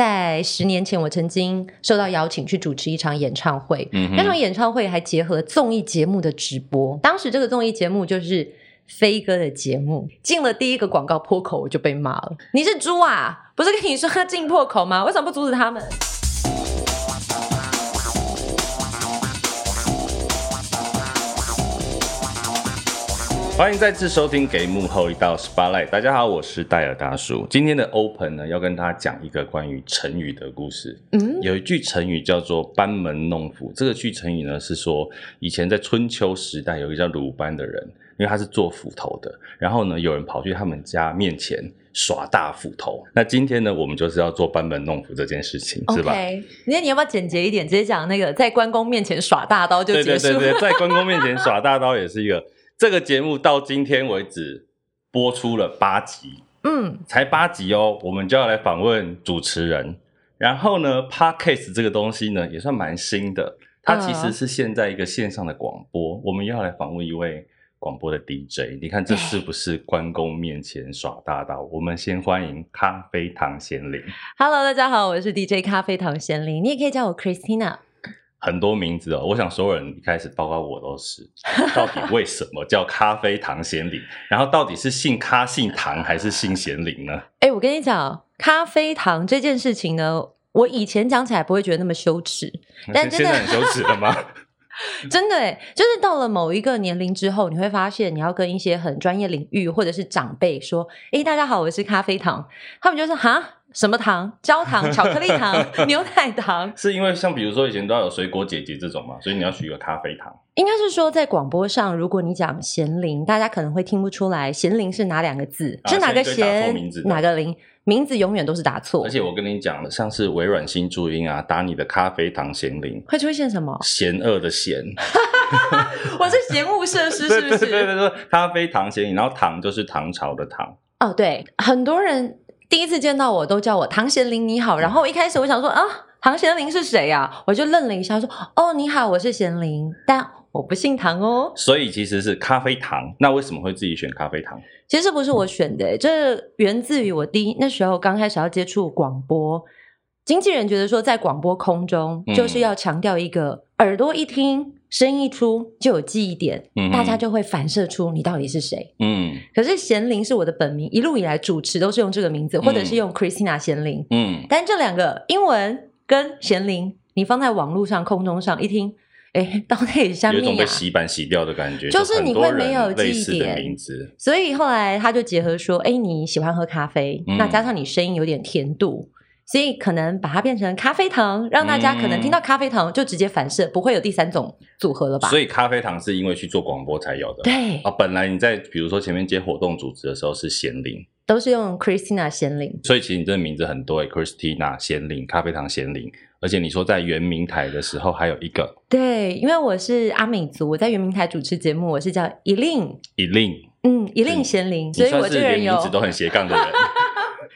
在十年前，我曾经受到邀请去主持一场演唱会，嗯哼那场演唱会还结合综艺节目的直播。当时这个综艺节目就是飞哥的节目，进了第一个广告破口，我就被骂了。你是猪啊？不是跟你说他进破口吗？为什么不阻止他们？欢迎再次收听《给幕后一道 spotlight》。大家好，我是戴尔大叔。今天的 open 呢，要跟大家讲一个关于成语的故事。嗯，有一句成语叫做“班门弄斧”，这个句成语呢是说，以前在春秋时代有一个叫鲁班的人，因为他是做斧头的，然后呢，有人跑去他们家面前耍大斧头。那今天呢，我们就是要做班门弄斧这件事情，是吧？ OK，那你要不要简洁一点，直接讲那个在关公面前耍大刀就对结对束？对对，在关公面前耍大刀也是一个。这个节目到今天为止播出了八集， 嗯，才八集哦，我们就要来访问主持人。然后呢，Podcast 这个东西呢，也算蛮新的，它其嗯实是现在一个线上的广播。我们又要来访问一位广播的 DJ，你看这是不是关公面前耍大刀？我们先欢迎咖啡糖贤玲， Hello，大家好，我是 DJ 咖啡糖贤玲，你也可以叫我 Christina。很多名字哦，我想所有人一开始，包括我都是，到底为什么叫咖啡糖贤玲？然后到底是姓咖姓糖还是姓贤玲呢？哎、我跟你讲，咖啡糖这件事情呢，我以前讲起来不会觉得那么羞耻，但真现的在很羞耻了吗？嗯真的哎，就是到了某一个年龄之后，你会发现你要跟一些很专业领域或者是长辈说：“哎、大家好，我是咖啡糖。”他们就是哈什么糖？焦糖、巧克力糖、 牛奶糖。是因为像比如说以前都要有水果姐姐这种嘛，所以你要取一个咖啡糖。应该是说，在广播上，如果你讲贤玲，大家可能会听不出来贤玲是哪两个字，啊是哪个现在打错贤名字，的哪个玲，名字永远都是打错而。且我跟你讲，像是微软新注音啊，打你的咖啡糖咸灵，会出现什么？嫌恶的嫌，我是嫌恶设施， 是不对对对是？对对，咖啡糖咸灵，然后糖就是唐朝的唐，哦，对，很多人第一次见到我都叫我唐贤玲，你好。然后一开始我想说啊，唐贤玲是谁呀、啊？我就愣了一下，说哦，你好，我是贤玲，但我不姓唐哦。所以其实是咖啡糖。那为什么会自己选咖啡糖？其实不是我选的，欸这源自于我第一那时候刚开始要接触广播，经纪人觉得说在广播空中嗯就是要强调一个耳朵一听。声音一出就有记忆点，嗯哼大家就会反射出你到底是谁。嗯可是贤玲是我的本名，一路以来主持都是用这个名字，或者是用 Christina 贤玲。嗯，但这两个英文跟贤玲，你放在网络上、空中上一听，哎，到底下有一面种呀被？洗版洗掉的感觉，就是很你多会没人有类记忆似的点名字。所以后来他就结合说，哎，你喜欢喝咖啡，嗯那加上你声音有点甜度。所以可能把它变成咖啡糖，让大家可嗯能听到咖啡糖就直接反射，不会有第三种组合了吧？所以以咖啡糖是因为去做广播才有的。对，啊，本来你在比如说前面接活动组织的时候是咸灵，都是用 Christina 贤玲。所以其实你这个名字很多诶，Christina 欸贤玲，咖啡糖贤玲，而且你说在圆明台的时候还有一个对，因为我是阿美族，我在圆明台主持节目，我是叫伊令，一令，嗯，一令嗯贤灵，你所以算我是这个连人名有，字都很斜杠 的人，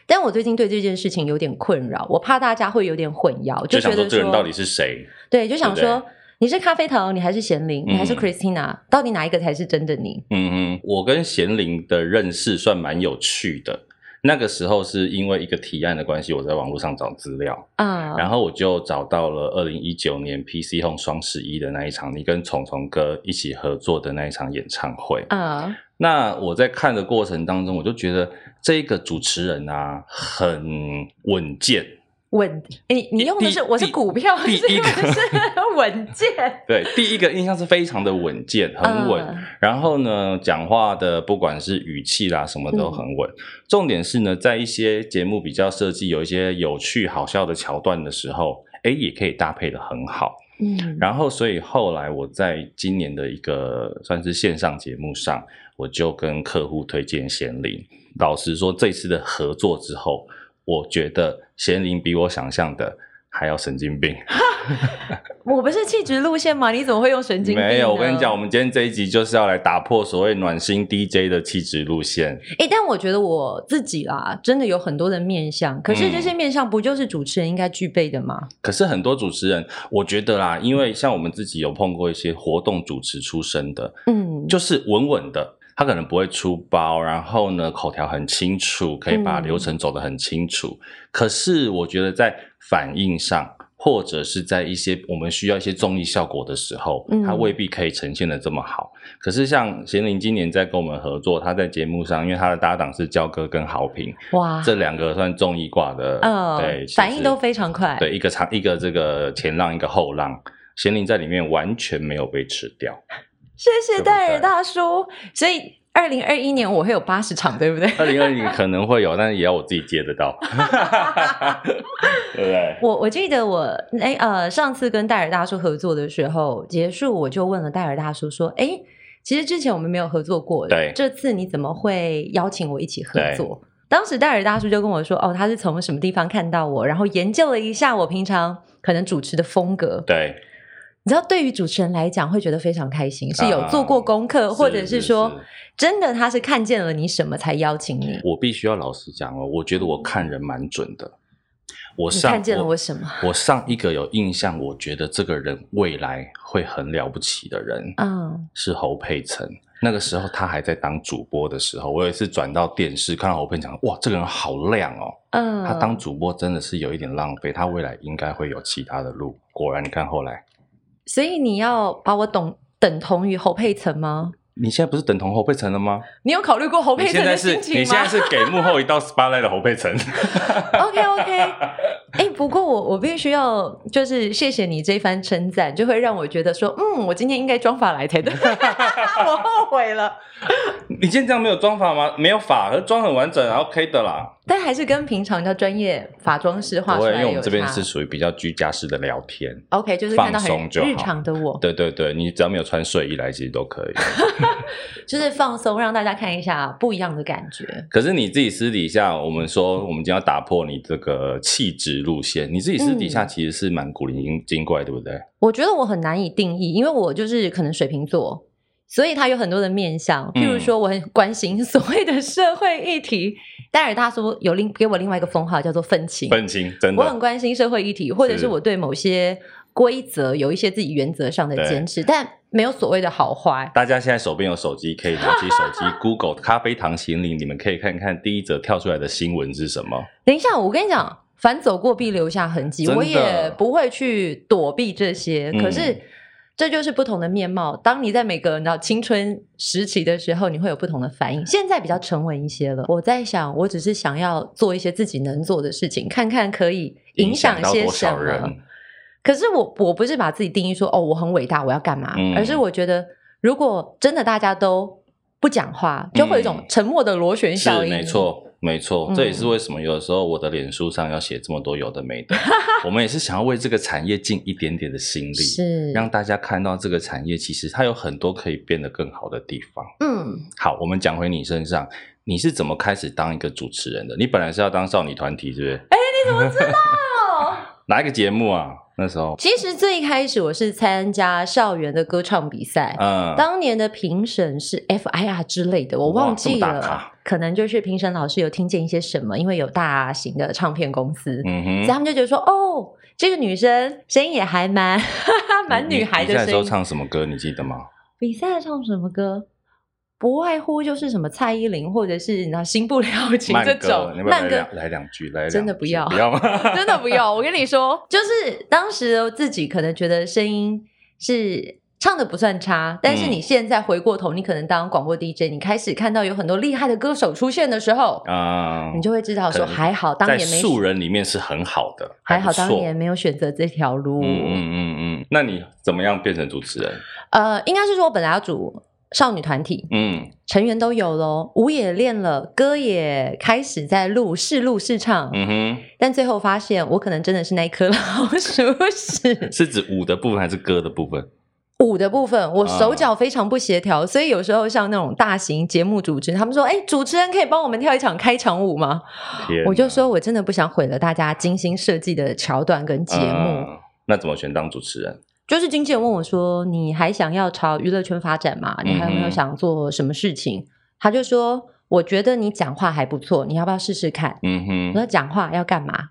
但我最近对这件事情有点困扰，我怕大家会有点混淆，觉就想得说说这个人到底是谁？对，就想对不对说你是咖啡糖，你还是贤玲，你还是嗯 Christina，、到底哪一个才是真的你？嗯嗯，我跟贤玲的认识算蛮有趣的。那个时候是因为一个提案的关系，我在网络上找资料，啊、然后我就找到了二零一九年 PC Home 双十一的那一场，你跟虫虫哥一起合作的那一场演唱会。啊、那我在看的过程当中，我就觉得这个主持人啊很稳健。稳，诶你你用的是第我是股票，第是一用个的是 稳健，对，第一个印象是非常的稳健， 很稳。嗯然后呢，讲话的不管是语气啦，什么都很稳。重点是呢，在一些节目比较设计有一些有趣好笑的桥段的时候，哎，也可以搭配的很好。嗯，然后，所以后来我在今年的一个算是线上节目上，我就跟客户推荐贤玲。老实说，这次的合作之后，我觉得贤玲比我想象的还要神经病。我不是气质路线吗？你怎么会用神经病啊呢？没有，我跟你讲，我们今天这一集就是要来打破所谓暖心 DJ 的气质路线。哎、但我觉得我自己啦，真的有很多的面相，可是这嗯些面相不就是主持人应该具备的吗？可是很多主持人，我觉得啦，因为像我们自己有碰过一些活动主持出身的，嗯，就是稳稳的。他可能不会出包，然后呢口条很清楚，可以把嗯流程走得很清楚。可是我觉得在反应上，或者是在一些我们需要一些综艺效果的时候，嗯它未必可以呈现的这么好。可是像贤玲今年在跟我们合作，她在节目上，因为她的搭档是焦哥跟豪平，哇，这两个算综艺挂的，嗯对，其实啊反应都非常快对，一个长一个这个前浪，一个后浪。贤玲在里面完全没有被吃掉，谢谢对不戴尔对大叔。所以二零二一年我会有八十场，对不对？ 二零二零可能会有，但是也要我自己接 得到，对不对？我我记得我哎呃上次跟戴尔大叔合作的时候，结束我就问了戴尔大叔说：“哎，其实之前我们没有合作过，对这次你怎么会邀请我一起合作？”当时戴尔大叔就跟我说：“哦，他是从什么地方看到我，然后研究了一下我平常可能主持的风格。对，你知道，对于主持人来讲，会觉得非常开心，是有啊做过功课，或者是是说是真的他是看见了你什么才邀请你。我必须要老实讲哦，我觉得我看人蛮准的。我你上看见了我什么？我上一个有印象，我觉得这个人未来会很了不起的人，嗯，是侯佩岑。那个时候他还在当主播的时候，我有一次转到电视看到侯佩岑，哇，这个人好亮哦！嗯，他当主播真的是有一点浪费，他未来应该会有其他的路。果然，你看后来，所以你要把我等等同于侯佩岑吗？你现在不是等同侯佩岑了吗？你有考虑过 侯你佩岑现的在是心情吗你现在是给幕后一道 spotlight 的侯佩岑。 o k OK 。哎、不过我我必须要就是谢谢你这番称赞，就会让我觉得说，嗯，我今天应该妆发来才对， 我后悔了。 你今天这样没有妆法吗？没有法，可是妆很完整然后，OK 的啦。但还是跟平常叫专业法妆师画不出会，因来为有我们这边差是属于比较居家式的聊天。 OK，就是看到放很松就好日常的我，对对对，你只要没有穿睡衣来，其实都可以。 就是放松，让大家看一下不一样的感觉。可是你自己私底下，我们说我们今天要打破你这个气质路线，你自己私底下其实是蛮古灵精精怪，对不对？我觉得我很难以定义，因为我就是可能水瓶座，所以它有很多的面向。譬嗯如说，我很关心所谓的社会议题。戴尔大叔有另给我另外一个封号叫做愤青，愤青真我很的，关心社会议题，或者是是我对某些规则有一些自己原则上的对坚持，但没有所谓的好坏。大家现在手边有手机，可以拿起手机 Google 咖啡糖行灵，你们可以看看第一则跳出来的新闻是什么。等一下，我跟你讲，凡走过必留下痕迹，真的我也不会去躲避这些。嗯可是这就是不同的面貌。当你在每个你知道青春时期的时候，你会有不同的反应。现在比较沉稳一些了。我在想，我只是想要做一些自己能做的事情，看看可以影响到些多什少么。人？可是我我不是把自己定义说哦，我很伟大，我要干嘛？嗯而是我觉得，如果真的大家都不讲话，就会有一种嗯沉默的螺旋是效应。没。错，没错，嗯这也是为什么有的时候我的脸书上要写这么多有的没 的。我们也是想要为这个产业尽一点点的心力，是，让大家看到这个产业其实它有很多可以变得更好的地方。嗯，好，我们讲回你身上，你是怎么开始当一个主持人的？你本来是要当少女团体，是不哎是？哦 哪一个节目啊？那时候，其实最开始我是参加校园的歌唱比赛，嗯，当年的评审是 FIR 之类的，我忘记哇这么大了咖，可能就是评审老师有听见一些什么，因为有大型的唱片公司，所以嗯他们就觉得说，哦，这个女生声音也还蛮 蛮女孩你你的在时候声音。唱什么歌？你记得吗？比赛唱什么歌？不外乎就是什么蔡依林，或者是那新不了情慢这歌，种你要不要慢来歌两，来两句，来两句真的不要不要吗？ 真的不要。我跟你说，就是当时自己可能觉得声音是唱的不算差，但是嗯你现在回过头，你可能当广播 DJ，你开始看到有很多厉害的歌手出现的时候，啊，你就会知道说可能还好当在年没素人里面是很好的，还好不错当年。没有选择这条路。嗯嗯嗯嗯，那你怎么样变成主持人？呃，应该是说我本来要组少女团体，嗯，成员都有喽，舞也练了，歌也开始在录，试录试唱，嗯哼，但最后发现我可能真的是那一颗老鼠屎。是指舞的部分还是歌的部分？舞的部分，啊我手脚非常不协调，所以有时候像那种大型节目主持，他们说：“哎、主持人可以帮我们跳一场开场舞吗天？”哪我就说我真的不想毁了大家精心设计的桥段跟节目。嗯那怎么选当主持人？就是经纪人问我说：“你还想要朝娱乐圈发展吗？你还有没有嗯哼想做什么事情？”他就说：“我觉得你讲话还不错，你要不要试试看？”嗯我哼，说：“讲话要干嘛？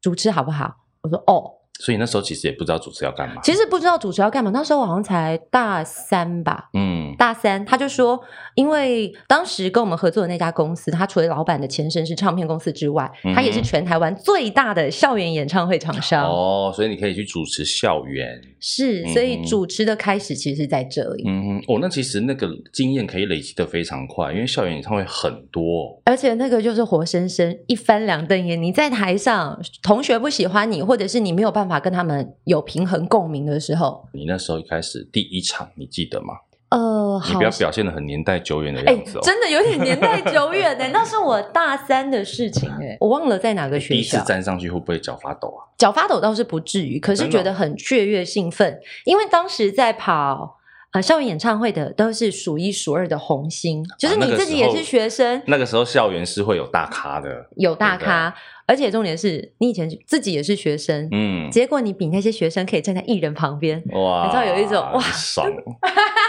主持好不好？”我说：“哦。”所以那时候其实也不知道主持要干嘛。其实不知道主持要干嘛，那时候我好像才大三吧，嗯，大三，他就说，因为当时跟我们合作的那家公司，他除了老板的前身是唱片公司之外，他也是嗯哼全台湾最大的校园演唱会厂商。哦，所以你可以去主持校园。是，所嗯以哼主持的开始其实是在这里，嗯哼，哦，那其实那个经验可以累积的非常快，因为校园演唱会很多。哦而且那个就是活生生一翻两瞪眼。你在台上，同学不喜欢你，或者是你没有办法跟他们有平衡共鸣的时候，你那时候一开始第一场，你记得吗？呃，你好不要表现的很年代久远的哎、样子哦。真的有点年代久远呢、那是我大三的事情哎、我忘了在哪个第学一次校。站上去会不会脚发抖啊？脚发抖倒是不至于，可是真的哦觉得很雀跃兴奋，因为当时在跑呃校园演唱会的都是数一数二的红星，就是啊那你个自己时也候是学生，那个时候校园是会有大咖的，有大对咖，而且重点是你以前自己也是学生，嗯，结果你比那些学生可以站在艺人旁边，哇，你知道有一种哇很爽，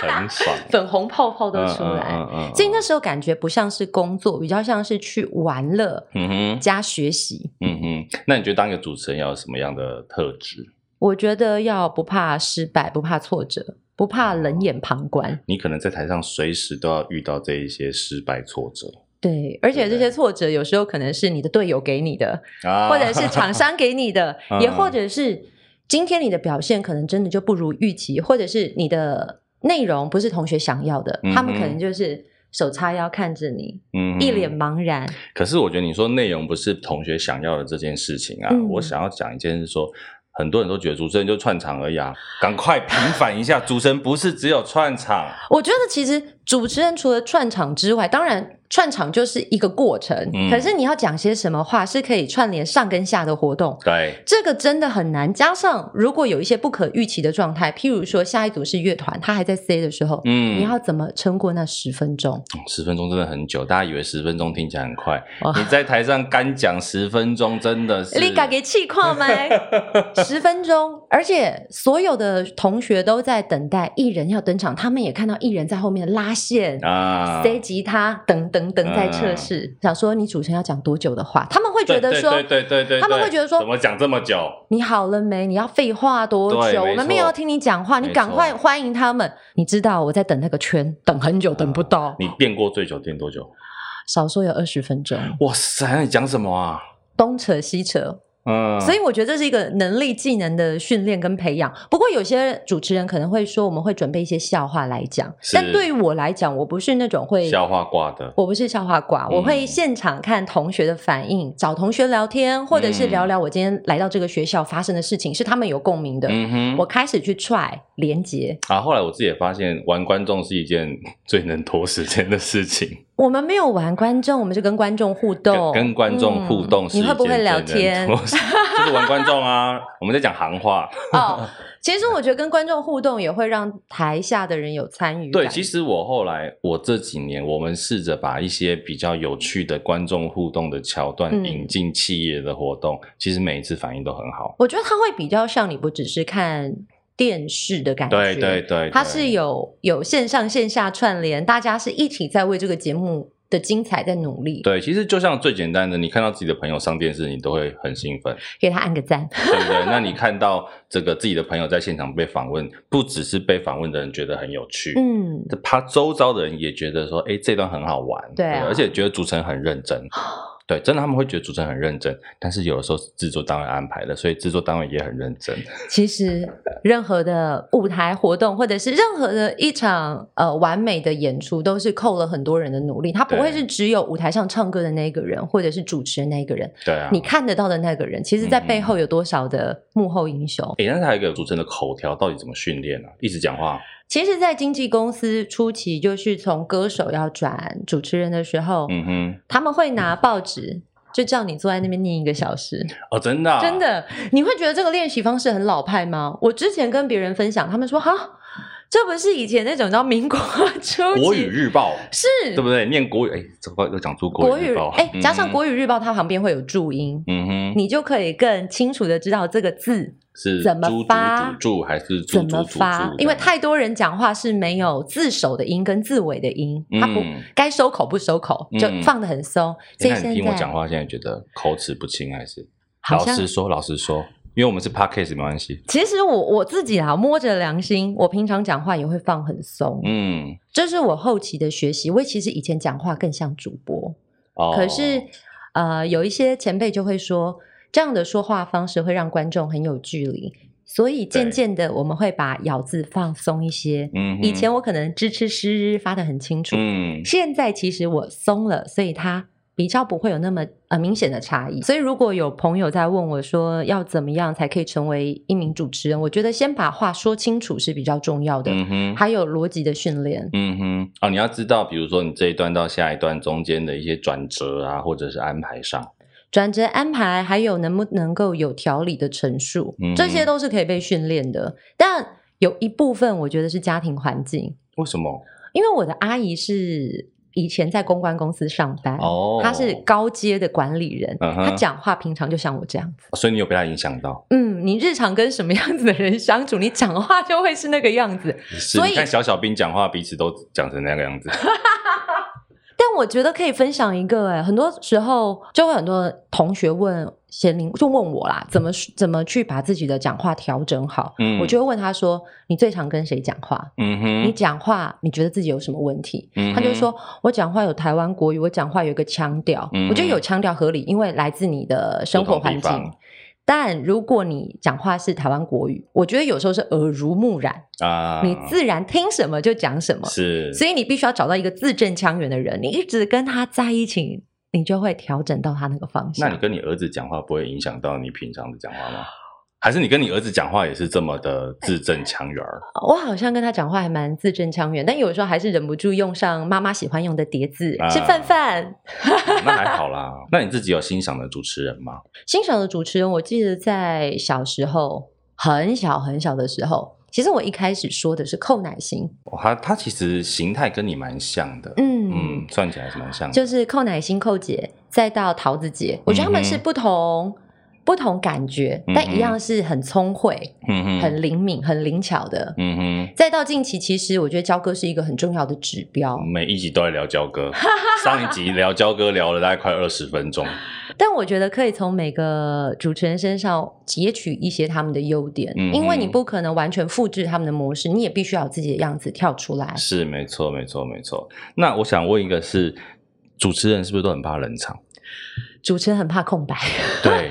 很爽，粉红泡泡 都出来，嗯嗯所以那时候感觉不像是工作，比较像是去玩乐嗯哼，加学习。嗯哼，那你觉得当一个主持人要有什么样的特质？我觉得要不怕失败，不怕挫折，不怕冷眼旁观。你可能在台上随时都要遇到这一些失败挫折对，而且这些挫折有时候可能是你的队友给你的，啊或者 ，是厂商给你的嗯也或者是今天你的表现可能真的就不如预期，或者是你的内容不是同学想要的，嗯哼他们可能就是手叉腰看着你，嗯哼一脸茫然。可是我觉得你说内容不是同学想要的这件事情啊，嗯我想要讲一件事说。很多人都觉得主持人就串场而已啊，赶快平反一下，主持人不是只有 串场，我觉得其实主持人除了串场之外，当然串场就是一个过程，嗯可是你要讲些什么话是可以串联上跟下的活动。对，这个真的很难，加上如果有一些不可预期的状态，譬如说下一组是乐团，他还在 C 的时候，嗯你要怎么撑过那十分钟？十分钟真的很久，大家以为十分钟听起来很快，哇你在台上干讲十分钟真的是，你敢给气矿吗？ 十分钟，而且所有的同学都在等待艺人要登场，他们也看到艺人在后面拉线、啊，嗯塞吉他等等等在测试，想说你主持人要讲多久的话，他们会觉得说。对对对对对，他们会觉得说怎么讲这么久？你好了没？你要废话多对久？没错我们没有要听你讲话，没错你赶快欢迎他们。你知道我在等那个圈，等很久，等不到，嗯你变过最久变多久？少说有二十分钟，哇塞，那你讲什么啊？东扯西扯，嗯，所以我觉得这是一个能力、技能的训练跟培养。不过有些主持人可能会说，我们会准备一些笑话来讲，是但对于我来讲，我不是那种会。笑话挂的，我不是笑话挂，我会嗯现场看同学的反应，找同学聊天，或者是嗯聊聊我今天来到这个学校发生的事情，是他们有共鸣的。嗯哼，我开始去 try 连接，啊，后来我自己也发现，玩观众是一件最能拖时间的事情，我们没有玩观众，我们是跟观众互动，跟跟观众互动嗯是一你件会不会聊最能天拖？时就是玩观众啊，我们在讲行话。哦，其实我觉得跟观众互动也会让台下的人有参与感。对，其实我后来，我这几年我们试着把一些比较有趣的观众互动的桥段嗯引进企业的活动，其实每一次反应都很好。我觉得它会比较像你不只是看电视的感觉，对对对，它对是有有线上线下串联，大家是一起在为这个节目的精彩在努力，对，其实就像最简单的，你看到自己的朋友上电视，你都会很兴奋，给他按个赞。对不对？那你看到这个自己的朋友在现场被访问，不只是被访问的人觉得很有趣，嗯，他周遭的人也觉得说，哎，这段很好玩，对啊哦而且觉得主持人很认真，对，真的他们会觉得主持人很认真，但是有的时候是制作单位安排的，所以制作单位也很认真，其实任何的舞台活动，或者是任何的一场呃完美的演出，都是扣了很多人的努力。它不会对是只有舞台上唱歌的那一个人，或者是主持人那一个人，对啊。你看得到的那个人，其实在嗯背后有多少的幕后英雄？哎，但是还有一个主持人的口条到底怎么训练啊？一直讲话，其实，在经纪公司初期，就是从歌手要转主持人的时候，嗯哼，他们会拿报纸，就叫你坐在那边念一个小时。哦，真的啊、真的，你会觉得这个练习方式很老派吗？我之前跟别人分享，他们说：“哈，这不是以前那种叫民国初期国语日报是对不对？念国语，哎，这个又讲出国语日语报，哎、加上嗯哼，国语日报，它旁边会有注音，嗯哼，你就可以更清楚的知道这个字是怎么猪猪发主柱还是猪怎猪么主柱发，的因为太多人讲话是没有字首的音跟字尾的音，它不嗯该收口不收口，就嗯放的很松。诶所以那现你听我在讲话，现在觉得口齿不清还是？好老像实说，老实说，因为我们是 podcast 没关系。其实我我自己啊，摸着良心，我平常讲话也会放很松，嗯，这是我后期的学习。我其实以前讲话更像主播，哦，可是呃，有一些前辈就会说，这样的说话方式会让观众很有距离，所以渐对渐的我们会把咬字放松一些。嗯哼，以前我可能支吃诗发的很清楚，嗯现在其实我松了，所以它比较不会有那么呃明显的差异。所以如果有朋友在问我说要怎么样才可以成为一名主持人，我觉得先把话说清楚是比较重要的，嗯哼。还有逻辑的训练。嗯哼，哦，你要知道，比如说你这一段到下一段中间的一些转折啊，或者是安排上，转折安排，还有能不能够有条理的陈述，嗯这些都是可以被训练的。但有一部分我觉得是家庭环境，为什么？因为我的阿姨是以前在公关公司上班，哦她是高阶的管理人，嗯哼她讲话平常就像我这样子。所以你有被他影响到？嗯，你日常跟什么样子的人相处，你讲话就会是那个样子。是，所以你看小小兵讲话，彼此都讲成那个样子。但我觉得可以分享一个、欸，很多时候就会很多同学问贤玲，就问我啦，怎么怎么去把自己的讲话调整好？嗯我就会问他说，你最常跟谁讲话？嗯你哼，讲话，你觉得自己有什么问题？嗯哼他就说，我讲话有台湾国语，我讲话有一个腔调，嗯哼我觉得有腔调合理，因为来自你的生活环不同地境方。但如果你讲话是台湾国语，我觉得有时候是耳濡目染，啊，你自然听什么就讲什么。是，所以你必须要找到一个字正腔圆的人，你一直跟他在一起，你就会调整到他那个方那你向。跟你儿子讲话不会影响到你平常的讲话吗？还是你跟你儿子讲话也是这么的哎字正腔圆儿？我好像跟他讲话还蛮字正腔圆，但有时候还是忍不住用上妈妈喜欢用的叠字，啊吃饭饭。那还好啦。那你自己有欣赏的主持人吗？欣赏的主持人，我记得在小时候，很小很小的时候，其实我一开始说的是寇乃馨，哦他他其实形态跟你蛮像的，嗯，嗯，算起来是蛮像的。就是寇乃馨寇姐，再到桃子姐，我觉得他们是嗯哼不同、不同感觉，但一样是很聪慧、嗯哼，很灵敏、很灵巧的，嗯哼。再到近期，其实我觉得交割是一个很重要的指标我，们每一集都在聊交 割，上一集聊交割聊了大概快二十分钟。但我觉得可以从每个主持人身上截取一些他们的优点，嗯哼因为你不可能完全复制他们的模式，你也必须要有自己的样子跳出来。是，没错，没错，没错。那我想问一个是，主持人是不是都很怕冷场？主持人很怕空白， 对，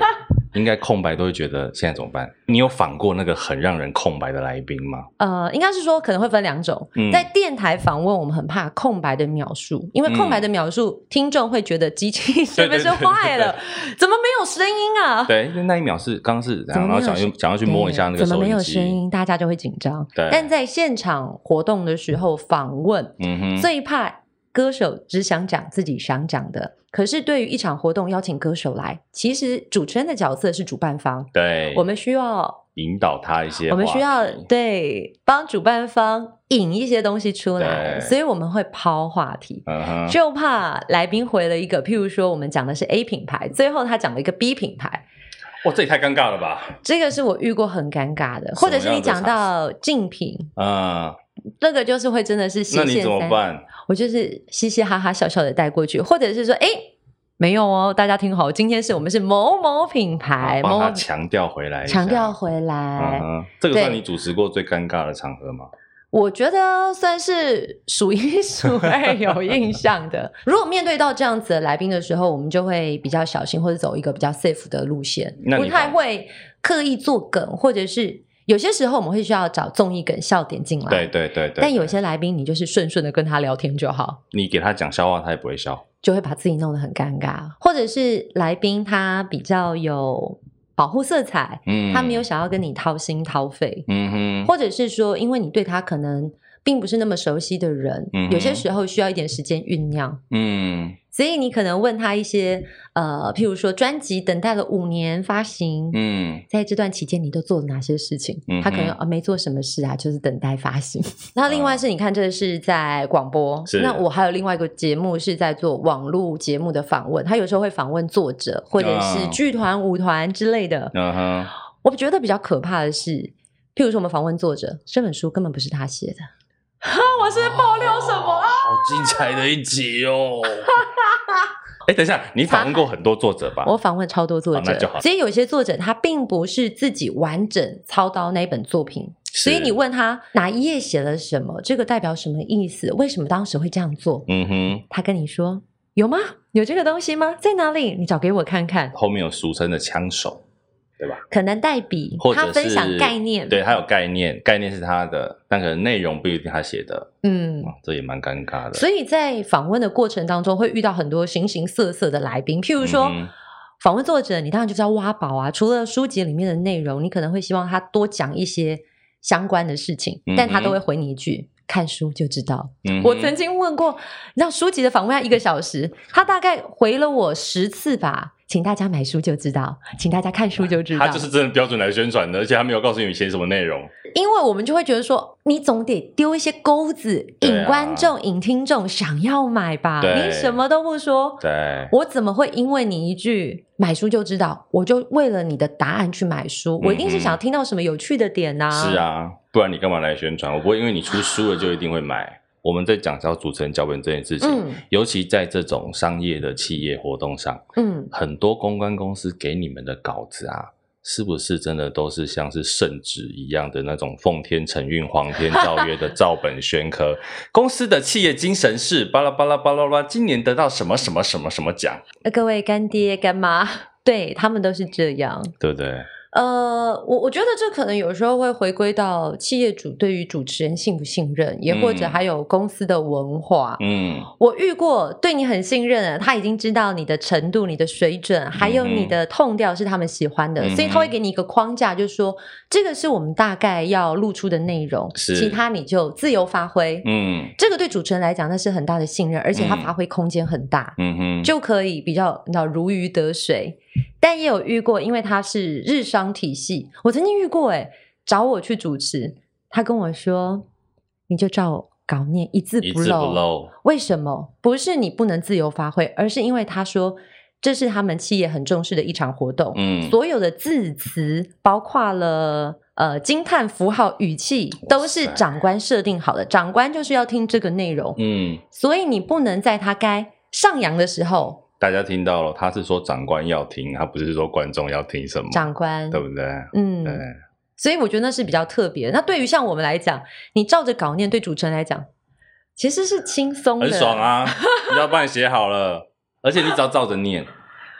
应该空白都会觉得现在怎么办？你有访过那个很让人空白的来宾吗？呃，应该是说可能会分两种，嗯在电台访问，我们很怕空白的描述，因为空白的描述，听众会觉得机器是不嗯对对是对对坏了？怎么没有声音啊？对，因为那一秒是刚刚是，怎然么没后有想要想要去摸一下那个对怎收么没音有声机，音，大家就会紧张。对但在现场活动的时候访问，嗯哼，最怕歌手只想讲自己想讲的。可是对于一场活动邀请歌手来，其实主持人的角色是主办方，对，我们需要引导他一些我话题，们需要对帮主办方引一些东西出来，对所以我们会抛话题。嗯哼，就怕来宾回了一个，譬如说我们讲的是 A 品牌，最后他讲了一个 B 品牌，哇，这也太尴尬了吧？这个是我遇过很尴尬的，或者是你讲到竞品，嗯，这个就是会真的是那斜你线怎么三办？我就是嘻嘻哈哈笑笑的带过去，或者是说，哎，没有哦，大家听好，今天是我们是某某品牌，某帮他哎某强调回来一下，强调哎回嗯来。哼，这个算对你主持过最尴尬的场合吗？我觉得算是数一 数二有印象的。如果面对到这样子的来宾的时候，我们就会比较小心，或者走一个比较 safe 的路线，那你不太把会刻意做梗，或者是有些时候我们会需要找综艺梗笑点进来。对对对对，但有对些来宾，你就是顺顺的跟他聊天就好。你给他讲笑话，他也不会笑。就会把自己弄得很尴尬，或者是来宾他比较有保护色彩，嗯，他没有，想要跟你掏心掏肺，嗯哼，或者是说因为你对他可能并不是那么熟悉的人，嗯哼有些时候需要一点时间酝酿。嗯所以你可能问他一些，呃，譬如说专辑等待了五年发行，嗯，在这段期间你都做了哪些事情？嗯哼哦他可能啊、呃没做什么事啊，就是等待发 行。那另外是你看，这是在广播，是那我还有另外一个节目是在做网络节目的访问，他有时候会访问作者或者是啊剧团、舞团之类的。嗯哼，我觉得比较可怕的是。譬如说，我们访问作者，这本书根本不是他写的。 我是不是爆料什么啊 好精彩的一集哦！哎，等一下，你访问过很多作者吧？我访问超多作好那就者好，所以有些作者他并不是自己完整操刀那一本作品，是所以你问他哪一页写了什么，这个代表什么意思，为什么当时会这样做，嗯哼，他跟你说有吗？有这个东西吗？在哪里？你找给我看看。后面有俗称的枪手，对吧？可能代笔或，者他是分享概念，对，他有概念，概念是他的，但可能内容不一定他写的，嗯。哇，这也蛮尴尬的。所以以在访问的过程当中，会遇到很多形形色色的来宾，譬如说。嗯哼访问作者，你当然就是要挖宝啊！除了书籍里面的内容，你可能会希望他多讲一些相关的事情，但他嗯哼都会回你一句：“看书就知道。”嗯哼我曾经问过，你知道书籍的访问要一个小时，他大概回了我十次吧。请大家买书就知道，请大家看书就知道。他就是真的标准来宣传的，而且他没有告诉你写什么内容。因为我们就会觉得说，你总得丢一些钩子对啊引观众、引听众想要买吧？对你什么都不说，对，我怎么会因为你一句“买书就知道”，我就为了你的答案去买书？我一定是想要听到什么有趣的点呐、嗯是，啊，不然你干嘛来宣传？我不会因为你出书了就一定会买。我们在讲到主持人脚本这件事情，嗯尤其在这种商业的企业活动上，嗯，很多公关公司给你们的稿子啊，是不是真的都是像是圣旨一样的那种奉天承运、皇天诏曰的照本宣科？ 公司的企业精神是巴拉巴拉巴拉巴拉，今年得到什么什么什么什么奖，呃各位干爹干妈， 对他们都是这样。对不对？呃，我我觉得这可能有时候会回归到企业主对于主持人信不信任，也或者嗯还有公司的文化。嗯，我遇过对你很信任的，他已经知道你的程度、你的水准，还有你的痛调是他们喜欢的，嗯嗯哼所以他会给你一个框架，就是说这个是我们大概要露出的内容，是其他你就自由发挥。嗯这个对主持人来讲，那是很大的信任，而且他嗯发挥空间很大，嗯哼，就可以比较你知道如鱼得水。但也有遇过，因为他是日商体系，我曾经遇过、欸，找我去主持，他跟我说，你就照稿念，一字一不字不漏。漏。为什么？不是你不能自由发挥，而是因为他说这是他们企业很重视的一场活动，嗯，所有的字词包括了。呃，惊叹符号、语气都是哇塞长官设定好的，长官就是要听这个内容，嗯，所以你不能在他该上扬的时候，大家听到了，他是说长官要听，他不是说观众要听什么，长官，对不对？对，嗯，所以我觉得那是比较特别。那对于像我们来讲，你照着稿念，对主持人来讲，其实是轻松的，很 爽啊！你要帮你写好了，而且你只要照着念，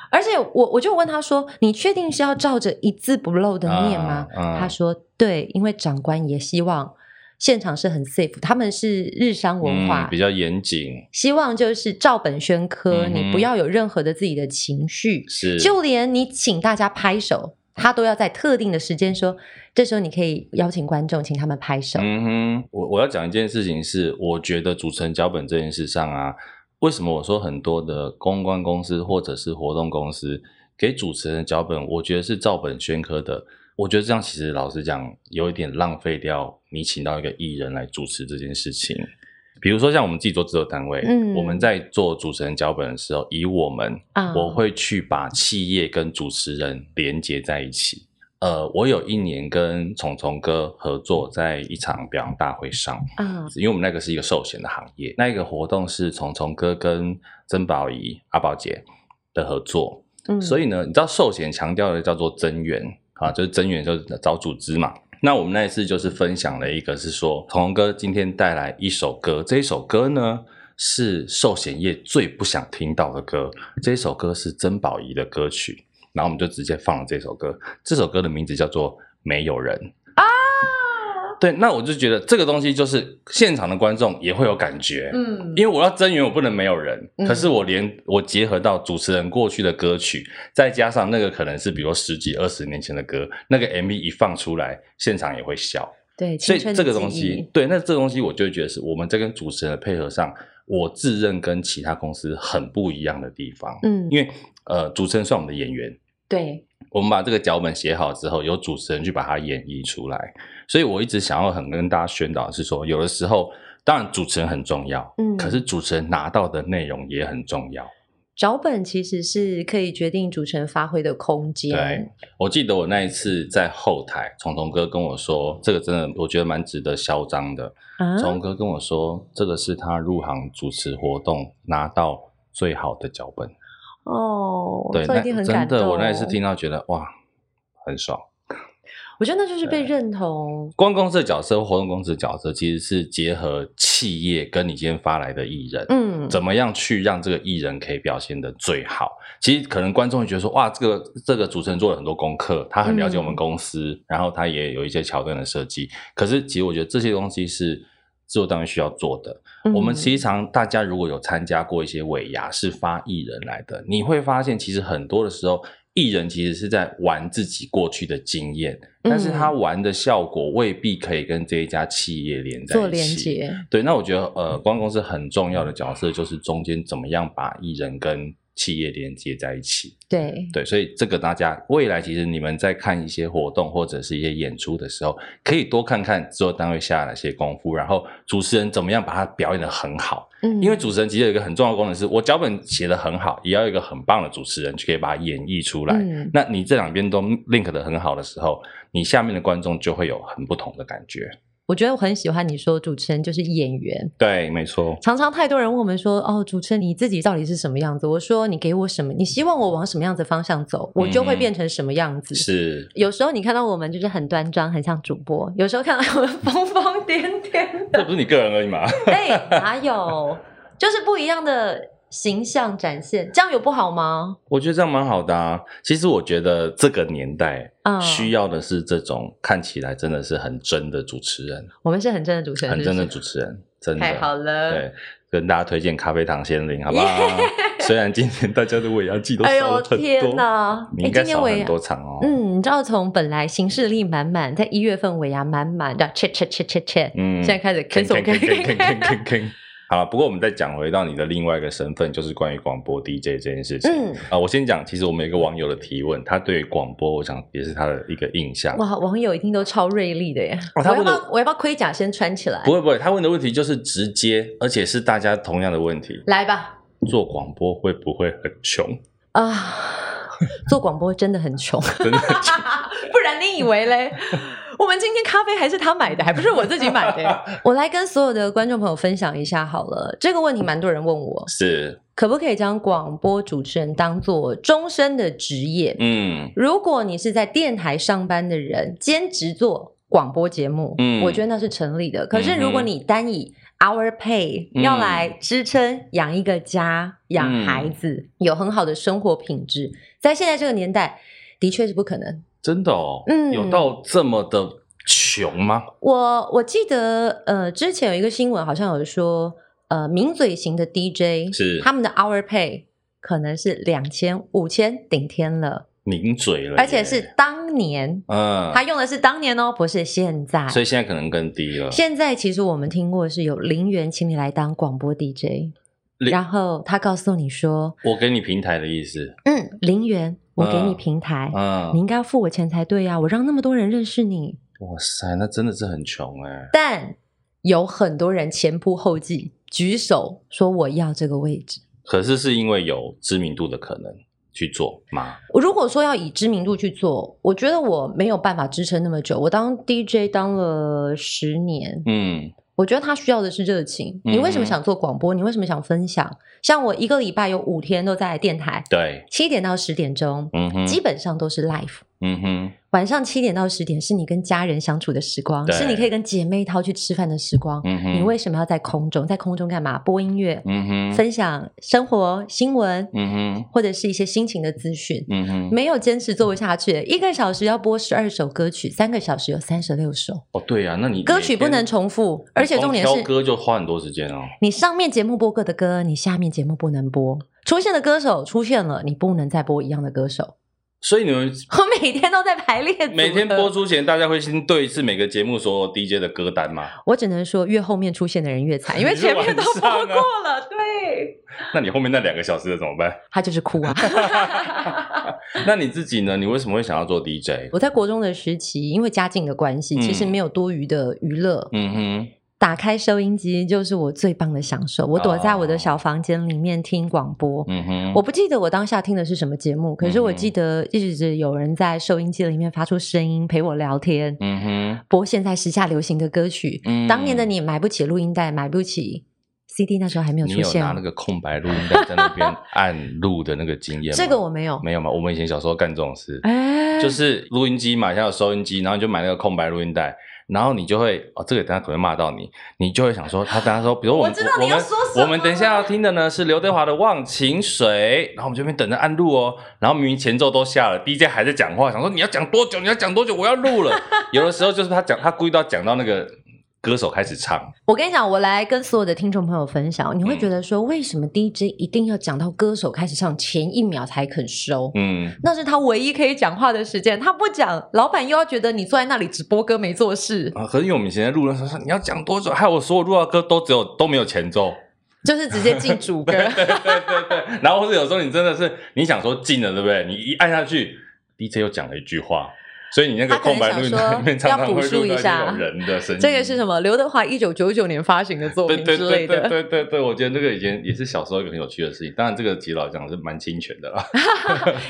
而且我我就问他说：“你确定是要照着一字不漏的念吗？”啊啊他说：“对，因为长官也希望现场是很 safe，他们是日商文化，嗯、比较严谨，希望就是照本宣科，嗯哼你不要有任何的自己的情绪，是就连你请大家拍手，他都要在特定的时间说，这时候你可以邀请观众，请他们拍手。嗯哼，我我要讲一件事情是，我觉得主持人脚本这件事上啊，为什么我说很多的公关公司或者是活动公司给主持人的脚本，我觉得是照本宣科的。我觉得这样其实老实讲，有一点浪费掉你请到一个艺人来主持这件事情。比如说像我们自己做制作单位，嗯我们在做主持人脚本的时候，以我们啊我会去把企业跟主持人连接在一起。呃，我有一年跟虫虫哥合作，在一场表扬大会上，啊，因为我们那个是一个寿险的行业，那一个活动是虫虫哥跟曾宝仪、阿宝姐的合作，嗯，所以以呢，你知道寿险强调的叫做增援啊，就是增援就是找组织嘛。那我们那一次就是分享了一个是说，童哥今天带来一首歌，这一首歌呢是寿险业最不想听到的歌，这首歌是曾宝仪的歌曲，然后我们就直接放了这首歌，这首歌的名字叫做《没有人》。对，那我就觉得这个东西就是现场的观众也会有感觉，嗯，因为我要增援，我不能没有人。嗯可是我连我结合到主持人过去的歌曲，再加上那个可能是比如十几二十年前的歌，那个 MV 一放出来，现场也会笑。对，所以青春这个的东记西忆，对，那这个东西我就会觉得是我们在跟主持人的配合上，我自认跟其他公司很不一样的地方。嗯，因为呃，主持人算我们的演员，对，我们把这个脚本写好之后，由主持人去把它演绎出来。所以我一直想要很跟大家宣导的是说，有的时候当然主持人很重要，嗯可是主持人拿到的内容也很重要。脚本其实是可以决定主持人发挥的空间。对，我记得我那一次在后台，虫虫哥跟我说，这个真的我觉得蛮值得嚣张的。啊，虫、哥跟我说，这个是他入行主持活动拿到最好的脚本。哦，对，这那一定很感真动。的，我那一次听到觉得哇，很爽。我觉得那就是被认同。公关公司的角色、活动公司的角色，其实是结合企业跟你今天发来的艺人，嗯，怎么样去让这个艺人可以表现的最好？其实可能观众会觉得说，哇，这个这个主持人做了很多功课，他很了解我们公司，嗯然后他也有一些桥段的设计。可是，其实我觉得这些东西是制作单位需要做的。我们其其实常大家如果有参加过一些尾牙，是发艺人来的，你会发现其实很多的时候，艺人其实是在玩自己过去的经验，嗯但是他玩的效果未必可以跟这一家企业连在做一连起。接，对，那我觉得呃，公关公司很重要的角色就是中间怎么样把艺人跟企业连接在一起。对，对，所以这个大家未来其实你们在看一些活动或者是一些演出的时候，可以多看看制作单位下了哪些功夫，然后主持人怎么样把它表演的很好。嗯因为主持人其实有一个很重要的功能是，我脚本写的很好，也要有一个很棒的主持人去可以把它演绎出来。嗯那你这两边都 link 的很好的时候，你下面的观众就会有很不同的感觉。我觉得我很喜欢你说主持人就是演员。对，没错。常常太多人问我们说：“哦，主持人你自己到底是什么样子？”我说：“你给我什么？你希望我往什么样子方向走，我就会嗯变成什么样子。是，有时候你看到我们就是很端庄，很像主播；有时候看到我们 疯疯癫癫， 这不是你个人而已嘛？哎、哪有？就是不一样的形象展现，这样有不好吗？我觉得这样蛮好的啊。其实我觉得这个年代啊、需要的是这种看起来真的是很真的主持人，我们是很真的主持人，很真的是不是主持人，真的太好了。对，跟大家推荐咖啡糖先灵，好不好？ 虽然今年大家的尾牙季都哎少呦了很天多，哪！你哎，应该今年少尾很牙，多场哦。嗯，你知道从本来行事力满满，在一月份尾牙满满的，切切切切切，嗯现在开始坑坑手坑坑坑坑坑坑坑坑。 好了，不过我们再讲回到你的另外一个身份，就是关于广播 DJ 这件事情。嗯啊、我先讲，其实我们有一个网友的提问，他对广播，我想也是他的一个印象。哇，网友一定都超锐利的耶！哦我他要问不的要我要不要盔甲先穿起来？不会不会，他问的问题就是直接，而且是大家同样的问题：来吧，做广播会不会很穷？啊，做广播真的很穷，真的很穷 不然你以为嘞？我们今天咖啡还是他买的，还不是我自己买 的。我来跟所有的观众朋友分享一下好了，这个问题蛮多人问我，是，可不可以将广播主持人当做终身的职业？嗯如果你是在电台上班的人，兼职做广播节目，嗯我觉得那是成立的。可是如果嗯哼你单以 our pay、嗯要来支撑养一个家、养孩子，嗯有很好的生活品质，在现在这个年代，的确是不可能。真的哦，嗯有到这么的穷吗？我我记得呃，之前有一个新闻，好像有说呃，名嘴型的 DJ 是他们的 hour pay 可能是两千、五千顶天了，抿嘴了耶，而且是当年，嗯，他用的是当年哦，不是现在。所以呃现在可能更低了。现在其实我们听过是有零元请你来当广播 DJ，零然后他告诉你说，我给你平台的意思，嗯，零元我给你嗯平台，嗯你，应该要付我钱才对啊呀、我让那么多人认识你，哇塞，那真的是很穷哎、但有很多人前仆后继举手说我要这个位置。可是是因为有知名度的可能去做吗？我如果说要以知名度去做，我觉得我没有办法支撑那么久。我当 DJ 当了十年，嗯，我觉得他需要的是热情。你为什么嗯哼想做广播？你为什么想分享？像我一个礼拜有五天都在电台，对，七点到十点钟，嗯哼，基本上都是 live。嗯哼，晚上七点到十点是你跟家人相处的时光，对是你可以跟姐妹淘去吃饭的时光。嗯哼，你为什么要在空中？在空中干嘛？播音乐，嗯哼，分享生活新闻，嗯哼，或者是一些心情的资讯。嗯哼，没有坚持做不下去，一个小时要播十二首歌曲，三个小时有三十六首哦，对啊，那你歌曲不能重复，而且重点光挑是歌就花很多时间哦。你上面节目播过的歌，你下面节目不能播。出现的歌手出现了，你不能再播一样的歌手。所以你们我每天都在排列组合，每天播出前，大家会先对一次每个节目所有 DJ 的歌单吗？我只能说，越后面出现的人越惨，因为前面都播啊过了。对，那你后面那两个小时的怎么办？他就是哭啊。 那你自己呢？你为什么会想要做 DJ？我在国中的时期，因为家境的关系，嗯其实没有多余的娱乐，嗯哼，打开收音机就是我最棒的享受。我躲在我哦的小房间里面听广播。嗯哼，我不记得我当下听的是什么节目，可是我嗯记得一直有人在收音机里面发出声音陪我聊天，嗯哼，播现在时下流行的歌曲。嗯当年的你买不起录音带，买不起 CD 那时候还没有你出有现拿那哦。个空白录音带在那边 按录的那个经验吗？这个我没有。没有嘛，我们以前小时候干这种事，哎，就是录音机嘛，现在有收音机，然后你就买那个空白录音带，然后你就会哦，这个等下可能骂到你，你就会想说，他等下说，比如说我们我知道我你要们说什么我们等一下要听的呢是刘德华的《忘情水》，然后我们这边等着按录哦，然后明明前奏都下了，DJ 还在讲话，想说你要讲多久，你要讲多久，我要 录了。有的时候就是他讲，他故意到讲到那个歌手开始唱，我跟你讲，我来跟所有的听众朋友分享，你会嗯觉得说，为什么 DJ 一定要讲到歌手开始唱前一秒才肯收？嗯，那是他唯一可以讲话的时间，他不讲，老板又要觉得你坐在那里直播歌没做事，啊，可是因为我们以前在录的时候说你要讲多久，害我所有录到的歌都只有都没有前奏。就是直接进主歌。 然后或者有时候你真的是你想说进了，对不对？你一按下去，DJ 又讲了一句话，所以你那个他可能空白录音想说带里 面常要常补会述录一到下这种人的声音。这个是什么？刘德华一九九九年发行的作对品嗯对之类对对的。对对对，我觉得这个以前也是小时候一个很有趣的事情。当然，这个其实老实讲是蛮侵权的啦。